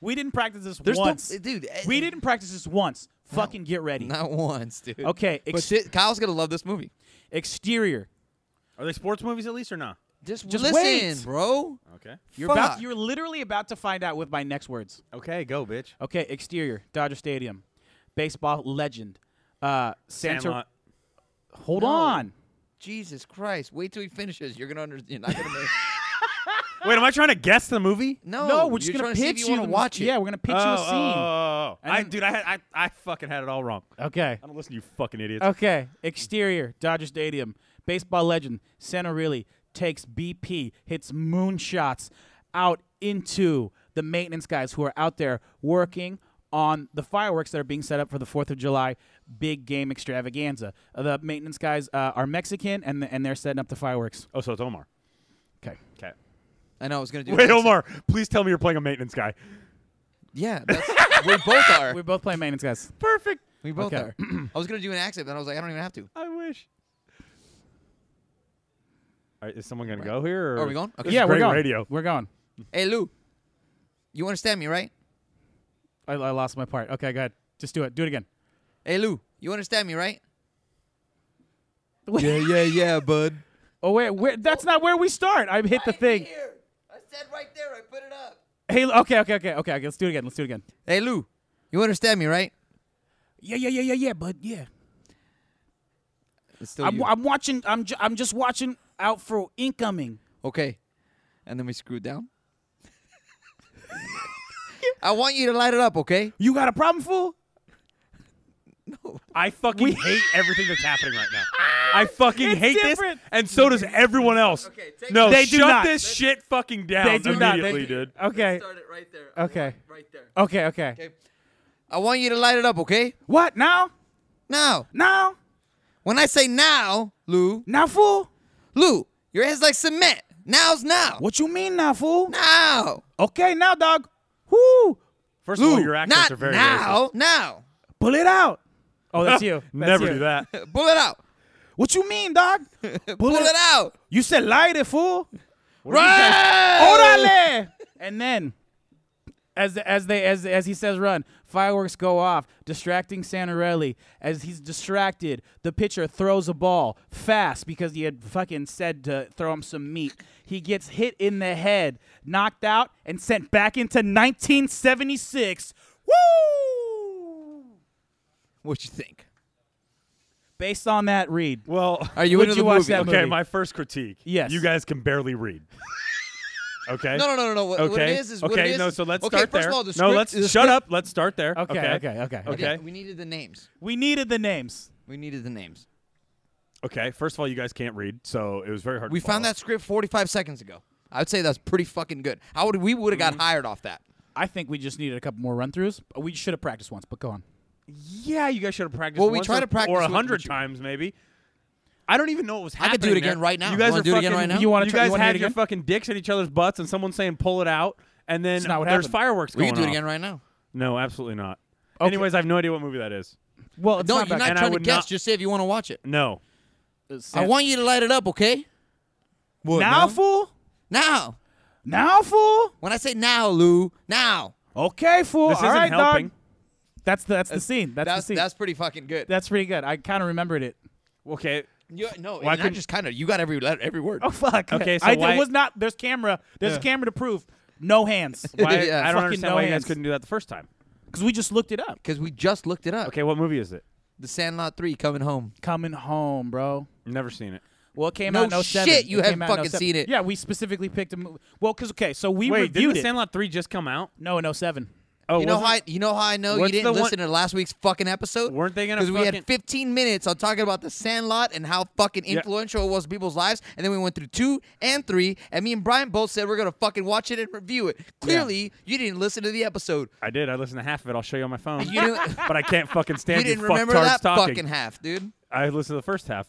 We didn't practice this
There's no-
once.
dude. eh,
we didn't practice this once. Fucking get ready.
[laughs] Not once, dude.
Okay,
but
ex-
thi- Kyle's gonna love this movie.
exterior.
Are they sports movies at least or not?
Just,
Just
listen,
wait.
bro.
Okay.
You're about,
Fuck.
you're literally about to find out with my next words.
Okay, go, bitch.
Okay, exterior, Dodger Stadium, baseball legend, uh, Santa.
Sandlot.
Hold
No.
on.
Jesus Christ! Wait till he finishes. You're gonna understand. You're not gonna make.
Wait, am I trying to guess the movie?
No,
[laughs] no, we're just
you're trying
gonna
to see if
pitch
you.
the-
want to watch it.
Yeah, we're gonna pitch
oh,
you a
oh,
scene.
oh, oh, oh.
And
I,
then-
dude, I, had, I I fucking had it all wrong.
Okay.
I don't listen to you fucking idiots.
Okay. Exterior, Dodger Stadium, baseball legend, Santa Really takes BP, hits moonshots out into the maintenance guys who are out there working on the fireworks that are being set up for the 4th of July big game extravaganza. Uh, The maintenance guys uh, are Mexican and, and they're setting up the fireworks.
Oh, so it's Omar.
Okay.
Okay.
I know. I was gonna do.
[laughs] Wait,
that.
Omar, please tell me you're playing a maintenance guy.
Yeah, that's, we [laughs] both are.
We both play maintenance guys.
Perfect.
We both
Okay.
are. [clears throat] I was gonna do an accent, then I was like, I don't even have to.
I wish. All right, is someone gonna go here? Or?
Are we going? Okay.
yeah, we're
great
going.
radio.
We're going.
Hey, Lou. You understand me, right?
I, I lost my part. Okay, go ahead. Just do it. Do it again.
Hey, Lou. You understand me, right? yeah, yeah, yeah, bud.
Oh wait, where, that's not where we start. I hit [laughs] the thing.
I said right there. I put it up.
Hey, okay, okay, okay, okay, okay. Let's do it again. Let's do it again.
Hey, Lou. You understand me, right?
Yeah, yeah, yeah, yeah, yeah, bud. Yeah.
It's still
I'm,
you.
I'm watching. I'm ju- I'm just watching out for incoming.
okay. And then we screwed down. [laughs] I want you to light it up, okay?
You got a problem, fool?
I fucking [laughs] hate everything that's happening right
[laughs]
now. I fucking
It's
hate
different.
this, and so does everyone else.
Okay, take
no,
it.
They do
shut
not.
this shit fucking down
They do not. They
immediately,
do-
dude.
Okay.
it right there.
I Okay. want it
Right there.
Okay. Okay.
Okay. I want you to light it up, okay?
What now?
Now.
Now?
When I say now, Lou,
Now, fool?
Lou, your head's like cement. Now's now.
What you mean now, fool?
Now.
Okay, now, dog. Whoo!
First of
Lou,
all, Oh, your accents
not
are very
now. Now.
Pull it out. Oh,
racist.
that's you. That's
Never
you.
do that.
Pull it out.
What you mean, dog? Pull,
Pull it out.
You said light it, fool.
Right.
Orale! And then, as as they as as he says, run. Fireworks go off, distracting Santarelli. As he's distracted, the pitcher throws a ball fast because he had fucking said to throw him some meat. He gets hit in the head, knocked out, and sent back into 1976. Woo!
What you think?
Based on that read,
Well,
Are you
[laughs]
Would
into
you
the
watch
movie?
that
okay.
movie?
My first critique.
Yes.
[laughs] you guys can barely read. Okay.
No, no, no, no, no. What,
Okay.
what it is is
okay.
what it is.
No. So let's
okay,
start
first
there.
Of all, the
no.
script-
Let's
the
shut
script-
up. Let's start there.
Okay,
Okay.
okay, okay.
We
Okay.
did- We needed the names.
We needed the names.
We needed the names.
Okay. First of all, you guys can't read, so it was very hard.
We
to
found
follow.
that script 45 seconds ago. I would say that's pretty fucking good. How would we would have got hired off that?
I think we just needed a couple more run throughs. We should have practiced once, but go on.
Yeah, you guys should have practiced.
Well, we
once
try
or-
to practice
or a
with-
hundred
with you.
times maybe. I don't even know what was
I
happening.
could do it again
there.
right now.
You guys
Wanna
are
do it again
fucking-
right now?
You wanna
You
try- you
guys
wanna do
had
it
your
again?
fucking dicks at each other's butts, and someone saying "pull it out," and then
not what
there's
happened.
fireworks
We
going
could do it
off.
again right now.
No, absolutely not. Anyways, I have no idea what movie that is.
Well, it's
No,
not
you're
back-
not
And I
trying to
would
guess.
not-
Just say if you want to watch it.
No.
I want you to light it up, okay? What,
now, fool.
Now.
Now, fool.
When I say now, Lou, now.
Okay, fool.
This
All
isn't
right,
helping.
dog. That's the that's the scene. That's,
That's
the scene.
that's pretty fucking good.
That's pretty good. I kind of remembered it. [laughs]
Okay.
You- no,
Why
and I
couldn't-
just kind of you got every letter, every word.
Oh fuck.
Okay, so
I, there
why-
was not. There's camera. There's a camera to prove.
[laughs]
No hands.
[laughs] Why,
Yeah.
I
Fucking
don't understand
no
why you
hands.
guys couldn't do that the first time.
Because we just looked it up.
Because we just looked it up.
Okay, what movie is it?
The Sandlot Three coming home.
Coming home, bro.
Never seen it.
Well, it came
No
out in 07.
shit, you
It came
haven't
out in
fucking
07.
seen it.
Yeah, we specifically picked a movie. Well, because okay, so we
Wait, didn't
reviewed
The
it.
Sandlot three just come out?
No, in 07.
Oh,
You know how
wasn't-
I, you know how I know you
What's
didn't
the one-
listen to last week's fucking episode?
Weren't they gonna
Because we had
fucking-
15 minutes on talking about the Sandlot and how fucking influential it was in people's lives, and then we went through two and three, and me and Brian both said we're gonna fucking watch it and review it. Clearly, you didn't listen to the episode.
I did. I listened to half of it. I'll show you on my phone.
You didn't-
[laughs] but I can't fucking stand
you didn't
fuck
remember
tards
that
talking.
fucking half, dude.
I listened to the first half.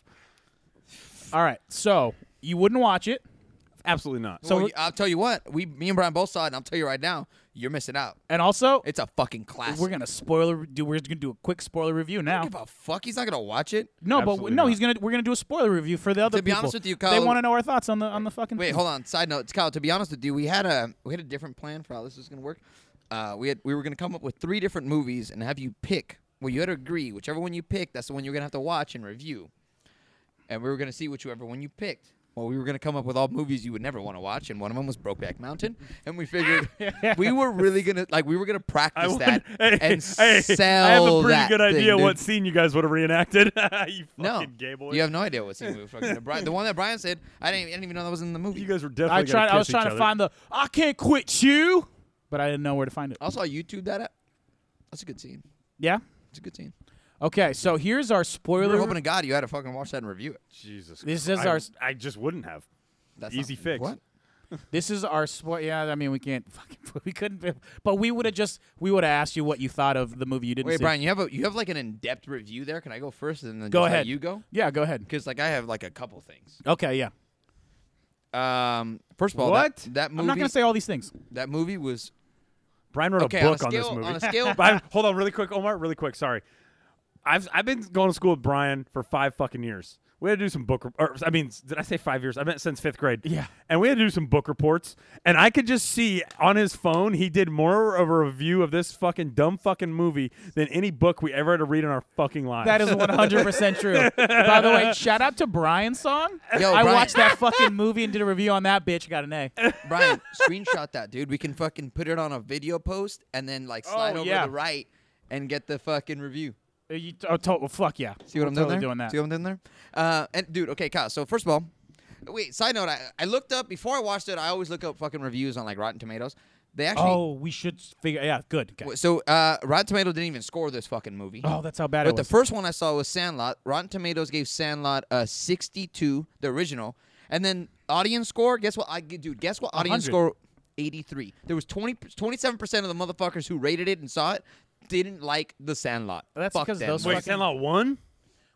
All right, so you wouldn't watch it.
Absolutely not.
So I'll tell you what, we, me and Brian both saw it, and I'll tell you right now, you're missing out.
And also,
It's a fucking classic.
we're gonna spoiler. Do we're gonna do a quick spoiler review
I
now?
don't give a fuck. He's not gonna watch it.
No, but
Absolutely
no,
not.
he's gonna. We're gonna do a spoiler review for the other
be honest
people.
with you,
they
Kyle-
want to know our thoughts on the on the fucking.
Wait, hold on. Side note, Kyle. To be honest with you, we had a we had a different plan for how this was gonna work. Uh, we had we were gonna come up with three different movies and have you pick. Well, you had to agree whichever one you picked. That's the one you're gonna have to watch and review. And we were gonna see whichever one you picked. Well, we were gonna come up with all movies you would never want to watch, and one of them was Brokeback Mountain. And we
[laughs]
figured we were really gonna like we were gonna practice
I
that
wonder-
and
[laughs] hey,
sell
I have a pretty
that
good
thing,
idea
dude.
what scene you guys would have reenacted. [laughs] you fucking
No,
gay boys.
you have no idea what scene
[laughs]
we were fucking. Brian, the one that Brian said, I didn't, I didn't even know that was in the movie.
You guys were
I
definitely. gonna
tried. I was
kiss
trying
each
to
other.
find the. I can't quit you, but I didn't know where to
Oh.
find it.
I saw YouTube that. Up. That's a good scene.
Yeah.
It's a good scene.
Okay, so here's our
We
spoiler.
were hoping to God you had to fucking watch that and review it.
Jesus.
This
Christ.
is our-
I, I just wouldn't have.
That's
Easy
not,
fix.
What?
This is our sport. Yeah, I mean, we can't fucking. [laughs] We couldn't. be- But we would have just. We would have asked you what you thought of the movie you didn't
Wait,
see.
Brian, you have a you have like an in depth review there. Can I go first and then
Go
just let
ahead.
you go?
Yeah, go ahead.
Because like I have like a couple things.
Okay, yeah.
Um, first of all,
What?
that, that movie
I'm not gonna say all these things.
that movie was
Brian wrote
okay on
a
a
book on,
scale
this movie. [laughs]
on a scale.
Brian, hold on, really quick, Omar, really quick. Sorry, I've I've been going to school with Brian for five fucking years. We had to do some book. Or, I mean, did I say five years? I meant since fifth grade.
Yeah.
And we had to do some book reports, and I could just see on his phone he did more of a review of this fucking dumb fucking movie than any book we ever had to read in our fucking lives.
That is 100 percent
[laughs]
true. By the way, shout out to Brian's song.
Yo,
I
Brian.
watched that fucking movie and did a review on that bitch. Got an A.
Brian, [laughs] screenshot that, dude. We can fucking put it on a video post and then like slide
Oh,
over
yeah.
to the right and get the fucking review.
Uh, You oh, to- well, fuck yeah.
See what I'm doing
We're totally
there?
doing that.
See what I'm doing there? Uh, and dude, okay, Kyle. So first of all, wait. Side note: I, I looked up before I watched it. I always look up fucking reviews on like Rotten Tomatoes. They actually.
oh, we should s- figure. Yeah, good. okay.
So uh, Rotten Tomato didn't even score this fucking movie.
Oh, that's how bad
But
it
the
was.
first one I saw was Sandlot. Rotten Tomatoes gave Sandlot a 62, the original, and then audience score. Guess what? I dude, guess what? Audience
100.
score 83. There was 20 27 percent of the motherfuckers who rated it and saw it didn't like the Sandlot.
That's
Fuck
because
them.
those
Wait,
fucking-
Sandlot one,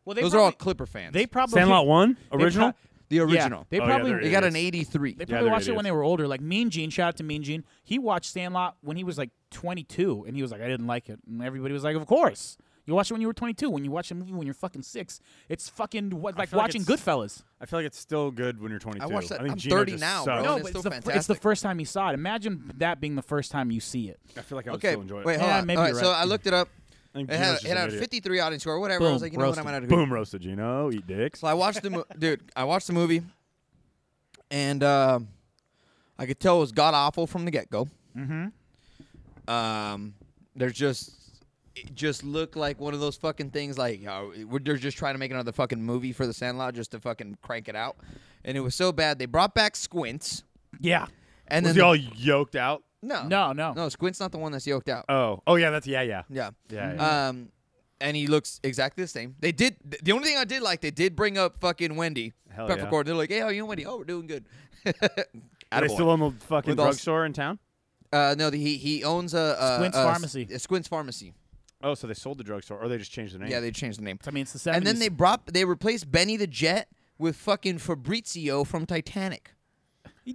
well, they
those
probably,
are all Clipper fans.
They probably
Sandlot one,
they pro-
original.
the
yeah,
original.
they
Oh, yeah,
probably
they're
They got an
idiots.
83.
They probably
they're
watched it when
idiots.
they were older. Like Mean Gene, shout out to Mean Gene. He watched Sandlot when he was like 22, and he was like, I didn't like it. And everybody was like, Of course. You watch it when you were 22. When you watch a movie when you're fucking six, it's fucking what, like
feel like
watching
it's-
Goodfellas.
I feel like it's still good when you're 22.
I watched that-
I think
I'm
Gino
30
just
now,
sucked.
bro.
No,
Oh, it's still
but it's the, it's the
fantastic.
first time you saw it. Imagine that being the first time you see it.
I feel like I would
Okay,
still enjoy it.
wait, hold
Yeah,
on.
maybe
All right,
you're
so
right.
I looked it up.
I think
It
Gino's
had,
just
it
an
had a
idiot.
53 audience score, whatever. I
Boom,
was like, you know what, I'm
roasted.
gonna do.
Boom roasted Gino, eat dicks.
So I watched the mo- [laughs] dude. I watched the movie, and um I could tell it was god awful from the get go. Mm-hmm. Um, there's just it just looked like one of those fucking things. Like uh, we're, they're just trying to make another fucking movie for the Sandlot just to fucking crank it out, and it was so bad they brought back Squints.
Yeah.
And
Was
then
he all yoked out?
no,
No, no.
Uh, no. Squint's not the one that's yoked out.
Oh, oh yeah, that's yeah, yeah,
Yeah.
yeah. yeah.
Um, and he looks exactly the same. They did. th- The only thing I did like, they did bring up fucking Wendy
Hell yeah.
Peppercorn. They're like, "Hey, how you, doing, Wendy? Oh, we're doing good." [laughs]
Are they
Attaboy.
still on the fucking
With all s-
drugstore in town?
Uh, no, the, he he owns a, a
Squint's
a s-
Pharmacy.
A Squint's Pharmacy.
Oh, so they sold the drugstore, or they just changed the name?
Yeah, they changed the name.
I mean, it's the 70s.
And then they brought they replaced Benny the Jet with fucking Fabrizio from Titanic.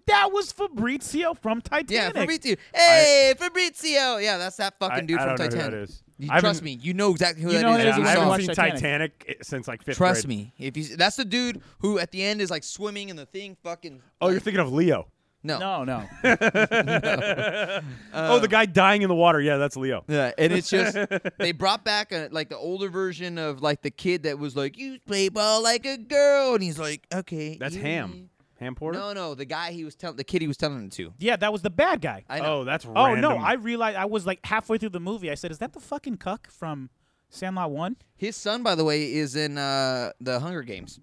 that was Fabrizio from
Yeah,
Titanic.
Fabrizio. Hey, Fabrizio. Yeah, that's that fucking
I-
dude
I
from
don't know who that
Titanic.
is.
You,
I
trust
haven't-
me, you know exactly who
You
that
know
is.
that
You
is
saw
when we
I
him.
haven't
watched
seen Titanic.
Titanic.
i- since like fifth
Trust
grade.
me, if you that's the dude who at the end is like swimming and the thing fucking.
Oh, you're thinking of Leo.
no.
no, no.
Uh,
oh, the guy dying in the water. Yeah, that's Leo.
Yeah, and it's just
[laughs]
they brought back a, like the older version of like the kid that was like, "You play ball like a girl," and he's like, "Okay."
That's
you-
Ham. Ham Porter.
No, no, the guy he was telling, the kid he was telling it to.
[laughs] Yeah, that was the bad guy.
I know.
oh, that's
Oh
random.
no! I realized I was like halfway through the movie. I said, "Is that the fucking cuck from Sandlot One?"
His son, by the way, is in uh, the Hunger Games.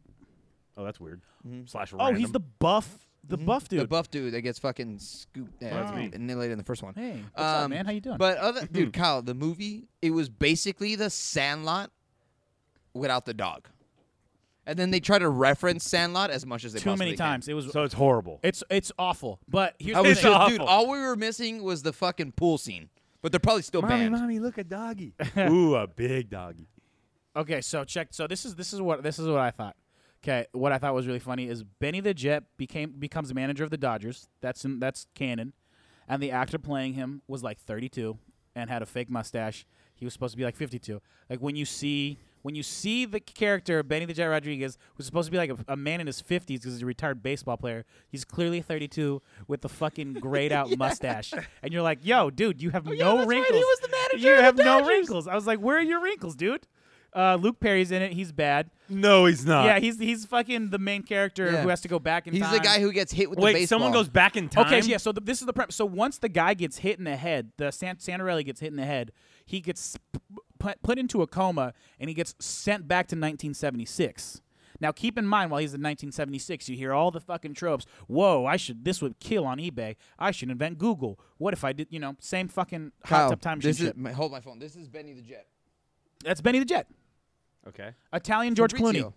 Oh, that's weird.
Mm-hmm.
Slash
Oh,
random.
he's the buff, the buff dude.
The buff dude that gets fucking scooped uh,
That's me.
annihilated in the first one. Um,
Hey, what's up, man? How you doing?
But other dude, Kyle, the movie it was basically the Sandlot without the dog, and then they try to reference Sandlot as much as they
Too
possibly
many
can.
times. It was
So it's horrible.
it's it's awful. But here's
I
the
was
It's
thing.
just,
awful.
dude, all we were missing was the fucking pool scene, but they're probably still banned.
mommy, look a doggy. [laughs] Ooh, a big doggy.
Okay, so check. So this is this is what this is what I thought. Okay, what I thought was really funny is Benny the Jet became becomes manager of the Dodgers. That's in, that's canon, and the actor playing him was like 32 and had a fake mustache. He was supposed to be like 52. Like when you see when you see the character Benny the Jet Rodriguez, who's supposed to be like a, a man in his 50s because he's a retired baseball player, he's clearly 32 with the fucking grayed
[laughs]
out mustache, and you're like, "Yo, dude, you have no
Oh, that's right, he
wrinkles.
was the manager
You
of the
have no
Dodgers."
wrinkles." I was like, "Where are your wrinkles, dude?" Uh, Luke Perry's in it. He's bad.
No, he's not.
yeah, he's he's fucking the main character
Uh, Yeah.
who has to go back in
He's
time.
the guy who gets hit with
Wait,
the baseball.
someone goes back in time.
Okay, so yeah. So the, this is the prep. So once the guy gets hit in the head, the San- Santarelli gets hit in the head. He gets p- put, put into a coma and he gets sent back to 1976. Now keep in mind, while he's in 1976, you hear all the fucking tropes. Whoa, I should. This would kill on eBay. I should invent Google. What if I did? You know, same fucking hot
Kyle,
tub time
this
machine
is,
shit.
my, hold my phone. This is Benny the Jet.
That's Benny the Jet,
Okay.
Italian George
Fabrizio.
Clooney.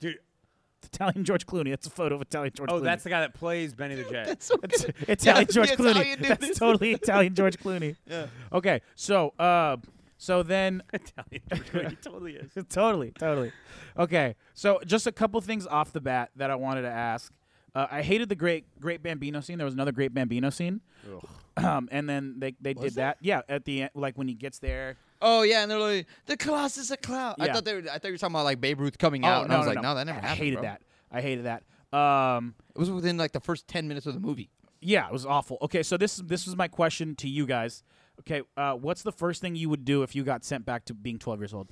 Dude.
Italian George Clooney. That's a photo of Italian George.
Oh,
Clooney.
that's the guy that plays Benny the Jet.
[laughs]
[laughs] Italian
That's the
George Clooney.
Italian dude.
That's totally Italian George
[laughs]
Clooney. Yeah. Okay. So, uh, so then, [laughs]
[laughs] Italian George Clooney. He totally is.
totally, totally. Okay. So, just a couple things off the bat that I wanted to ask. Uh, I hated the great great Bambino scene. There was another great Bambino scene. Um, and then they they did that. Yeah. At the end, like when he gets there.
Oh yeah, and they're like the Colossus of Cloud. I
Yeah.
thought they were, I thought you were talking about like Babe Ruth coming
Oh
out, and
no,
I was
no,
like,
no.
no, that never
I
happened.
hated
bro.
that. I hated that. Um,
It was within like the first ten minutes of the movie.
Yeah, it was awful. Okay, so this this was my question to you guys. Okay, uh, what's the first thing you would do if you got sent back to being 12 years old?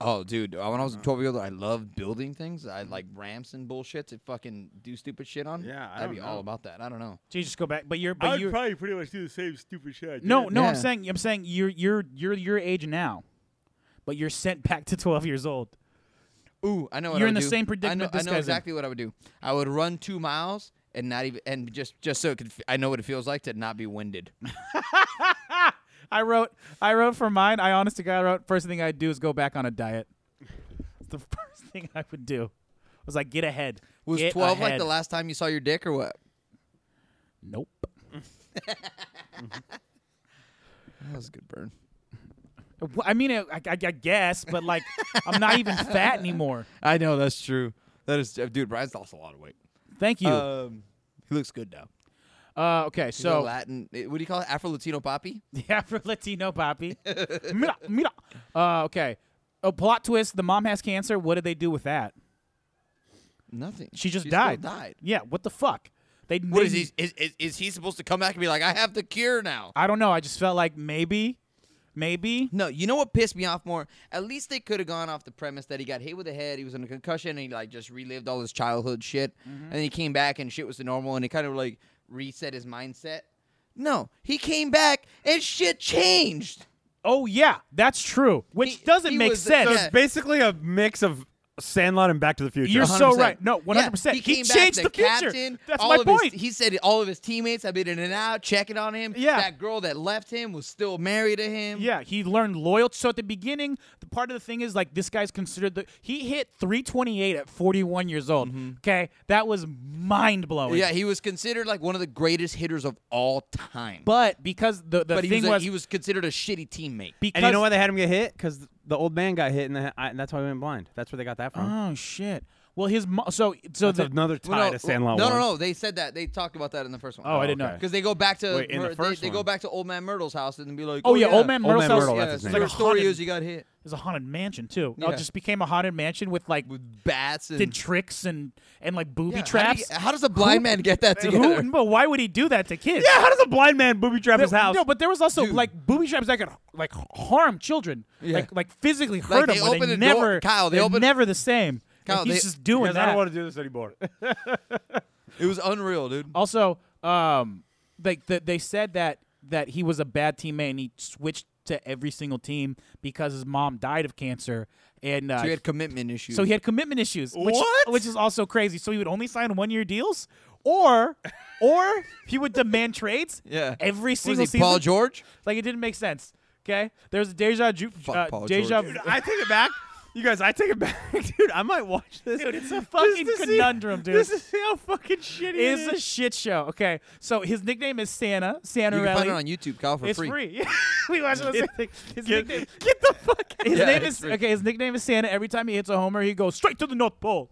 Oh, dude, uh, when I was a twelve year old, I loved building things. I like ramps and bullshit to fucking do stupid shit on.
Yeah, I
I'd
don't
be all
know.
about that. I don't know.
So you just go back, but you're but you
probably pretty much do the same stupid shit.
no no.
Yeah.
I'm saying I'm saying you're you're you're your age now, but you're sent back to [laughs] 12 years old.
Ooh, I know. What
You're
I
in
would
the
do.
same
I know,
predicament
I
this
know
guy's in.
exactly what I would do. I would run two miles and not even and just just so it could, f- I know what it feels like to not be [laughs] winded.
I wrote I wrote for mine. I honest to God wrote first thing I'd do is go back on a diet. [laughs] It's the first thing I would do. Was like get ahead.
Was
Get
twelve like
ahead.
the last time you saw your dick or what?
Nope.
That was a good burn.
Well, I mean, I, I, I guess,
[laughs]
but like I'm not even fat anymore.
I know that's true. That is, dude. Brian's lost a lot of weight.
Thank you.
Um, he looks good now.
Uh, okay,
He's a
so
Latin, eh, what do you call it? Afro Latino poppy.
[laughs] yeah, for
[laughs]
Latino Poppy. mira, mira. Uh, okay. A plot twist: the mom has cancer. What did they do with that?
Nothing.
She just
still
died.
died.
Yeah. What the fuck? They.
What
they-
is he? Is, is, is he supposed to come back and be like, I have the cure now?
I don't know. I just felt like maybe, maybe.
No, you know what pissed me off more? At least they could have gone off the premise that he got hit with the head, he was in a concussion, and he like just relived all his childhood shit, and then he came back and shit was the normal, and it kind of like reset his mindset. No, he came back and shit changed.
Oh yeah, that's true. Which
He-
doesn't
he
make
was-
sense.
yeah.
Basically, a mix of Sandlot and Back to the Future. Uh-huh.
You're so
100%.
right. No, 100%.
Yeah,
He
came
changed
back,
the future.
Captain,
That's
all
my
of his-
point.
he said all of his teammates have been in and out, checking on him.
Yeah.
That girl that left him was still married to him.
Yeah, he learned loyalty. So at the beginning, the part of the thing is like this guy's considered the he hit 328 at 41 years old. Okay, that was mind blowing.
Mm-hmm. Yeah, he was considered like one of the greatest hitters of all time.
but because the the
But he
thing
was, a-
was,
he was considered a shitty teammate.
because
and you know why they had him get hit? Because the old man got hit, and, the, and that's why he went blind. That's where they got that from.
oh shit. Well, his mo- so so
that's
the,
another tie
Well,
to Sandlot.
no, no,
one.
no. They said that. They talked about that in the first one.
oh, I didn't know.
okay.
Because they go back to
Wait, in the
Mur-
first
they, they
one.
go back to Old Man Murtle's house and be like,
Oh, yeah,
yeah,
Old Man
Old
Murtle's
Man
house.
Myrtle,
Yeah,
that's his
so
name.
like
your
a
story
haunted-
is you got hit
It was a haunted mansion too. Oh,
Yeah.
it just became a haunted mansion with like
with bats and
did tricks and and like
Yeah,
booby
How, do
traps.
you- how does a blind man get that together?
Who? But why would he do that to kids?
Yeah, how does a blind man booby trap his
There-
house?
No, but there was also
Dude.
like booby traps that could like harm children,
Yeah.
like like physically hurt
Like,
them.
they
where
open the door-
never,
Kyle, they
they're
open-
never the same.
Kyle,
and he's
they-
just doing
I
that.
don't want to do
[laughs]
this anymore.
It was unreal, dude.
also, um, like the, they said that that he was a bad teammate and he switched to every single team because his mom died of cancer and uh,
So he had commitment issues.
so he had commitment issues, which,
What?
which is also crazy. So he would only sign one year deals, or or he would
[laughs]
demand trades.
Yeah. What
every
is
single
he,
season.
Paul George.
Like it didn't make sense. Okay, there was a deja ju- uh,
Paul
deja.
[laughs] George.
I take it back. You guys, I take it back, [laughs] dude. I might watch this.
[laughs]
[laughs]
Dude, it's a
just
fucking
to see-
conundrum, dude.
This is how fucking shitty
It's
it
a
[laughs]
is.
shit show. Okay, so his nickname is Santa
You can find it on
Santarelli.
YouTube, Kyle, for
It's
free. [laughs]
free. [laughs] we watched it. on
Get-
Sunday. His
get-
nickname. Get the fuck. [laughs] His
Yeah,
name
it's
is
free.
okay. His nickname is Santa. Every time he hits a homer, he goes straight to the North Pole.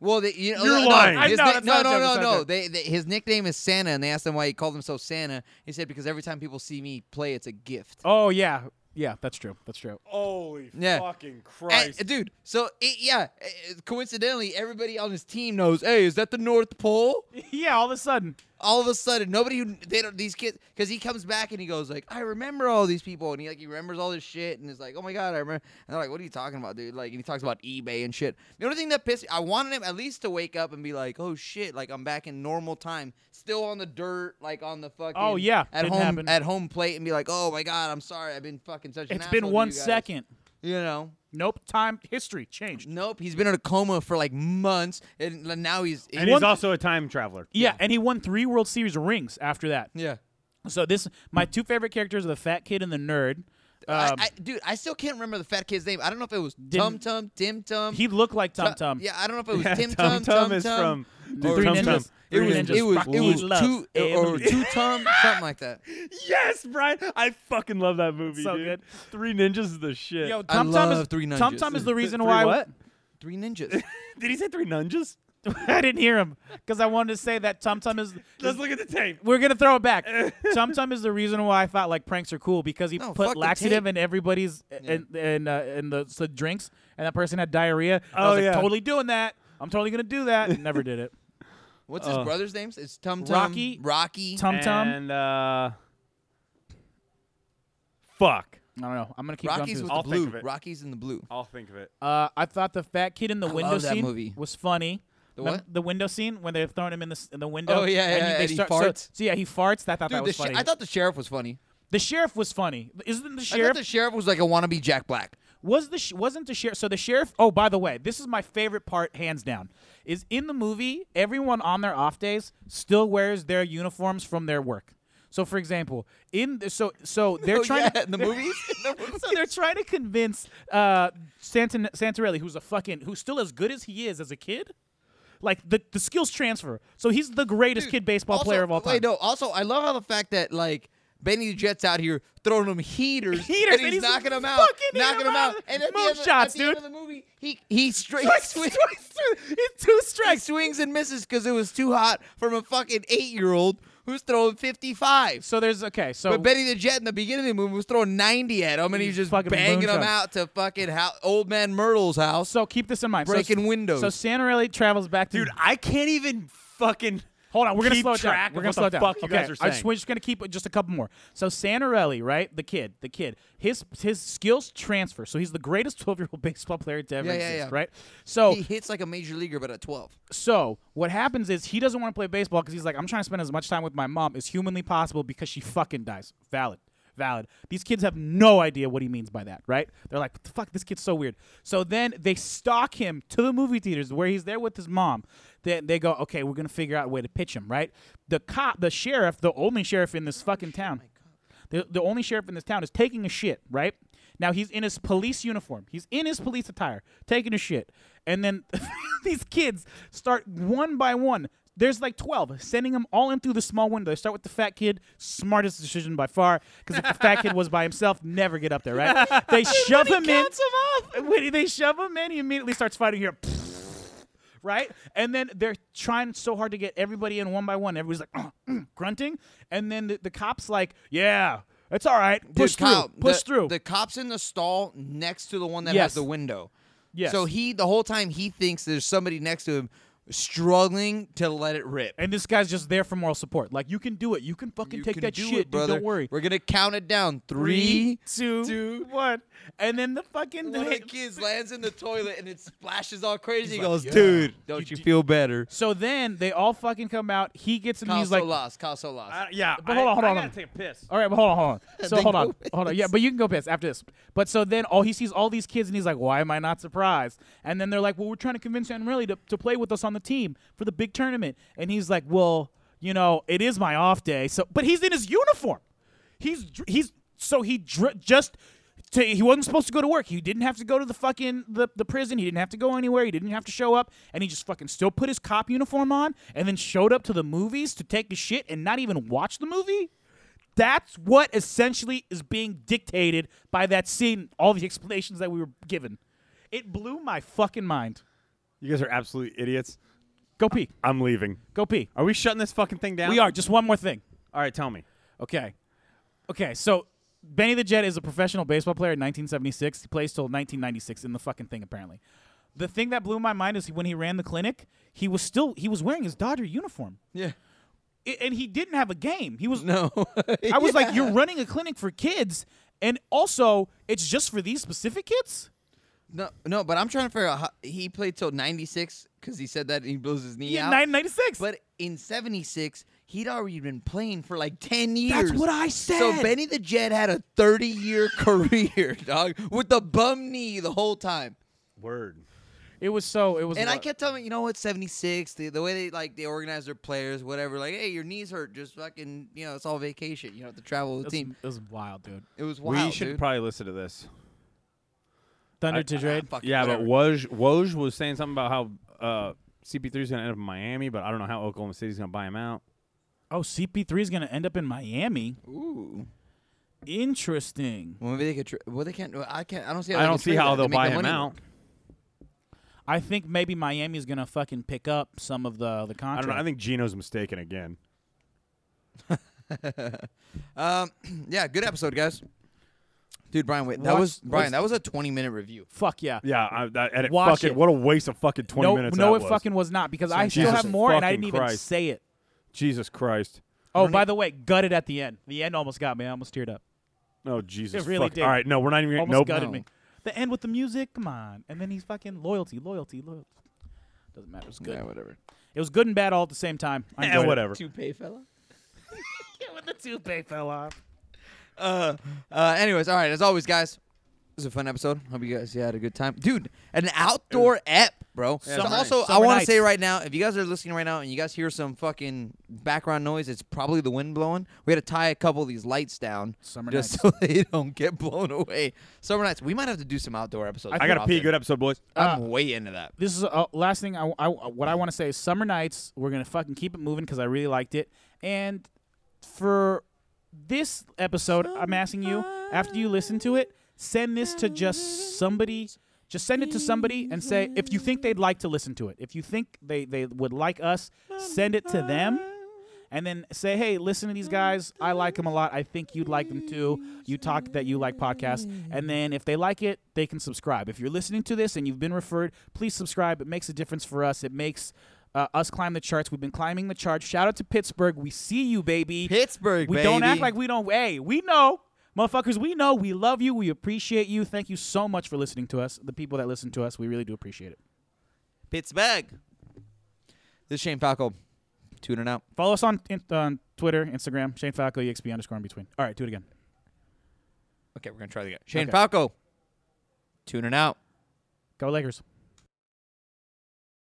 Well, they, you know,
You're
no,
lying.
No, his
I know,
nick-
that's
no,
not a
no,
joke,
no,
that's not a
no.
joke.
They, they, his nickname is Santa, and they asked him why he called himself Santa. He said because every time people see me play, it's a gift.
Oh yeah, yeah. That's true. That's true.
Oh.
Holy
Yeah.
fucking
And- uh, dude. So it, yeah, eh, eh, coincidentally, everybody on his team knows. Hey, is that the North Pole?
[laughs] Yeah. All of a sudden,
all of a sudden nobody who they don't these kids because he comes back and he goes like I remember all these people and he like he remembers all this shit and is like oh my god I remember and they're like what are you talking about dude like and he talks about eBay and shit the only thing that pissed me I wanted him at least to wake up and be like oh shit like I'm back in normal time still on the dirt like on the fucking
Oh, yeah.
at
Didn't
home
happen.
at home plate and be like oh my god I'm sorry I've been fucking such an
it's
asshole
been
to
one
you guys."
second.
you know
Nope. Time history changed.
nope he's been in a coma for like months and now he's,
And
One-
he's also a time traveler.
Yeah, and he won three World Series rings after that.
yeah
So this, my two favorite characters are the fat kid and the nerd.
I-
Um,
I, dude, I still can't remember the fat kid's name. I don't know if it was Tum
Didn't-
Tum, Tim Tum.
he looked like Tum
Tu-
Tum.
Yeah, I don't know
[laughs]
if it was
Yeah,
Tim Tum.
Tum Tum is from
or
Three
Tum
Ninjas.
Tum.
It
Three
was,
Ninjas.
it was,
Rocky
it was
Love.
two or
Every- [laughs]
two Tum, something like that.
Yes, Brian. I fucking love that movie.
So
dude.
good.
Three Ninjas is the shit.
Yo,
I
Tum Tum
love
is
Three
Tum
Ninjas.
Tum is the reason
Three
why
what?
Three ninjas.
Did he say Three Ninjas?
[laughs] I didn't hear him because I wanted to say that Tum
[laughs]
Tum is.
Let's look at the tape.
we're gonna throw it back. Tum Tum is the reason why I thought like pranks are cool because he
No, fuck
put
the
laxative
tape.
in everybody's in in, uh, in the so drinks, and that person had diarrhea. I
Oh,
was like,
yeah.
totally doing that. I'm totally gonna do
[laughs]
that. and Never did it.
What's his brother's name? It's Tum Tum.
Uh, Rocky.
Rocky.
Tum Tum.
And uh, fuck.
I don't know. I'm gonna keep going
Rocky's
through
with
this.
the
I'll think
blue.
of it.
Rocky's in the blue.
I'll think of it.
Uh, I thought the fat kid in the
I
window
love that
scene
movie.
was funny.
The
Mem-
what?
The window scene when they're throwing him in the s- in the window.
Oh, yeah,
and
yeah,
they
and he
start-
farts.
So, so yeah, he farts. I thought
Dude,
that
the
was
sh-
funny.
I thought the sheriff was funny.
the sheriff was funny. Isn't the
I
sheriff?
thought the sheriff was like a wannabe Jack Black.
was the sh- wasn't the sheriff? So the sheriff. Oh, by the way, this is my favorite part, hands down. Is in the movie everyone on their off days still wears their uniforms from their work. So for example, in the, so so
[laughs]
they're
Oh,
trying
yeah,
to,
in the movies. In the
[laughs] so they're trying to convince uh, Santan- Santarelli, who's a fucking, who's still as good as he is as a kid. Like the, the skills transfer. So he's the greatest
Dude,
kid baseball
also-
player of all time. [laughs]
Wait, no. Also, I love how the fact that like Benny the Jet's out here throwing them
[laughs]
heaters,
Heaters,
and
and
he's,
he's
knocking them out,
fucking hitting
knocking
them
them out,
out.
and at the,
Mug
end, of-
shots,
at the end
dude.
of the movie, he he straight [laughs] swings,
it's two
he
strikes.
swings and misses because it was too hot from a fucking eight year old who's throwing fifty five.
So there's okay. So
But Benny the Jet in the beginning of the movie was throwing ninety at him, and he's
He's
just
fucking
banging them
moonshot.
out to fucking hou- old man Myrtle's house.
so keep this in mind. So-
Breaking windows.
So Santarelli travels back to
Dude, I can't even fucking.
Hold on, we're gonna
keep
slow it
track
down. We're
of
gonna slow
what the
it down.
Fuck you
okay,
guys are
I
saying.
just- we're just gonna keep just a couple more. So Santarelli, right? The kid, the kid. His his skills transfer. So he's the greatest [laughs] twelve year old baseball player to ever
Yeah, yeah,
exist,
yeah.
right? So
He hits like a major leaguer, but at twelve.
so what happens is he doesn't want to play baseball because he's like, I'm trying to spend as much time with my mom as humanly possible because she fucking dies. Valid. valid. These kids have no idea what he means by that, right? They're like, what the fuck, this kid's so weird. So then they stalk him to the movie theaters where he's there with his mom. Then they go, okay, we're gonna figure out a way to pitch him, right? The cop, the sheriff, the only sheriff in this fucking town, the, the only sheriff in this town is taking a shit, right? Now he's in his police uniform. He's in his police attire, taking a shit. And then [laughs] these kids start one by one. There's like 12, sending them all in through the small window. They start with the fat kid, smartest decision by far, because if the fat kid was by himself, never get up there, right? They shove him in. When they shove him in, he immediately starts fighting here right? And then they're trying so hard to get everybody in one by one. Everybody's like [clears throat] grunting, and then the, the cops like, "Yeah, it's all right. Push
Dude,
through.
Kyle,
push
the,
through."
The cops in the stall next to the one that
Yes.
has the window.
Yes.
So he the whole time he thinks there's somebody next to him struggling to let it rip.
and this guy's just there for moral support. Like, you can do it. You can fucking
You
take
can
that
do
shit,
it,
dude.
brother.
Don't worry.
We're gonna count it down.
Three,
[laughs] Three.
two,
two,
one. And then the fucking
One of the
hit-
kids lands in the toilet and it splashes all crazy. He
like,
goes,
"Yeah."
dude, don't you,
You d-
feel better?
[laughs] So then they all fucking come out. He gets him. and
Kyle
He's
so
like,
lost. Kyle so lost.
yeah,
But hold on, hold on, hold on.
take a piss.
All right, but hold
[laughs]
on, hold on. So
Then
hold
go
on, hold on. Yeah, but you can go piss after this. But so then all he sees all these kids and he's like, "Why am I not surprised?" And then they're like, "Well, we're trying to convince Anreli to to play with us on the team for the big tournament." And he's like, "Well, you know, it is my off day." So, but he's in his uniform. He's dr- he's so he dr- just. To, he wasn't supposed to go to work. He didn't have to go to the fucking the, the prison. He didn't have to go anywhere. He didn't have to show up. And he just fucking still put his cop uniform on and then showed up to the movies to take a shit and not even watch the movie. That's what essentially is being dictated by that scene, all the explanations that we were given. It blew my fucking mind.
You guys are absolute idiots.
Go pee.
I'm leaving.
Go pee.
Are we shutting this fucking thing down?
We are. Just one more thing.
All right, tell me.
Okay. Okay, so Benny the Jet is a professional baseball player in 1976. He plays till 1996 in the fucking thing, apparently. The thing that blew my mind is when he ran the clinic, he was still he was wearing his Dodger uniform.
[laughs] yeah.
I- and he didn't have a game. He
[laughs]
was
No.
[laughs] I was like, you're running a clinic for kids, and also it's just for these specific kids.
[laughs] no, no, but I'm trying to figure out how he played till 96 because he said that and he blows his knee
Yeah,
out.
nine ninety six.
But in 76, he'd already been playing for like 10 years.
That's what I said.
So Benny the Jet had a 30 year [laughs] career, dog, with the bum knee the whole time.
Word.
it was so. It was.
And I
lo-
kept telling him, you know what, 76, the, the way they like they organize their players, whatever, like, hey, your knees hurt, just fucking, you know, it's all vacation. You don't have to travel with
It
the
was,
team.
it was wild, dude.
It was wild.
we should
dude.
probably listen to this.
Thunder to
Ah,
trade.
fuck it,
Yeah,
whatever.
but Woj Woj was saying something about how uh, CP3 is going to end up in Miami, but I don't know how Oklahoma City's going to buy him out.
Oh, CP3 is gonna end up in Miami.
Ooh.
Interesting.
Well, maybe they could. Tra- well, they can't. well, I can't. I don't see. How
I
they
don't
can
see
trade
how
that to
they'll
make
buy
the
him
money
out.
work.
I think maybe Miami's gonna fucking pick up some of the the
I
contract.
don't know. I think Gino's mistaken again.
[laughs] Um, [clears throat] yeah, good episode, guys. Dude, Brian, wait, that
Watch-
was Brian.
watch-
That was a twenty-minute review.
Fuck yeah.
Yeah, I, that edit
Watch
fucking
it.
what a waste of fucking 20
no,
minutes
no,
that
it
was.
fucking was not because I still
Jesus
have more and I
fucking
didn't even
Christ.
say it.
Jesus Christ.
Oh, by the way, gutted at the end. The end almost got me. I almost teared up.
Oh Jesus.
It really
fuck.
did.
All right, no, we're not even
Almost
nope.
gutted
No.
me. The end with the music, come on. And then he's fucking loyalty, loyalty, loyalty. Doesn't matter. It's good.
whatever.
It was good and bad all at the same time. I
Eh,
enjoyed it.
whatever.
Toupee fella.
Yeah, when the toupee fell off.
Uh, uh. Anyways, all right. As always, guys, this was a fun episode. Hope you guys had a good time, dude. An outdoor ep, bro.
Yeah,
so
summer
also,
nights.
I want
Summer
to say
nights.
right now, if you guys are listening right now and you guys hear some fucking background noise, it's probably the wind blowing. We had to tie a couple of these lights down,
Summer
just
nights.
[laughs] so they don't get blown away. Summer nights. We might have to do some outdoor episodes.
I got to pee. Good Uh, episode, boys.
I'm way into that.
This is uh, last thing. I, I- what I want to say is summer nights. We're gonna fucking keep it moving because I really liked it. And for this episode, I'm asking you after you listen to it, send this to just somebody. Just send it to somebody and say if you think they'd like to listen to it. If you think they they would like us, send it to them. And then say, hey, listen to these guys. I like them a lot. I think you'd like them too. You talk that you like podcasts. And then if they like it, they can subscribe. If you're listening to this and you've been referred, please subscribe. It makes a difference for us. It makes uh, us climb the charts. We've been climbing the charts. Shout out to Pittsburgh. We see you, baby.
Pittsburgh,
We
baby.
don't act like we don't. Hey, we know, motherfuckers. We know. We love you. We appreciate you. Thank you so much for listening to us. The people that listen to us, we really do appreciate it.
Pittsburgh. This is Shane Falco. Tuning out.
E Follow us on on Twitter, Instagram, Shane Falco, EXP underscore in between. All right, do it again.
Okay, we're gonna try that. Shane
Okay.
Falco, tuning out.
Go Lakers.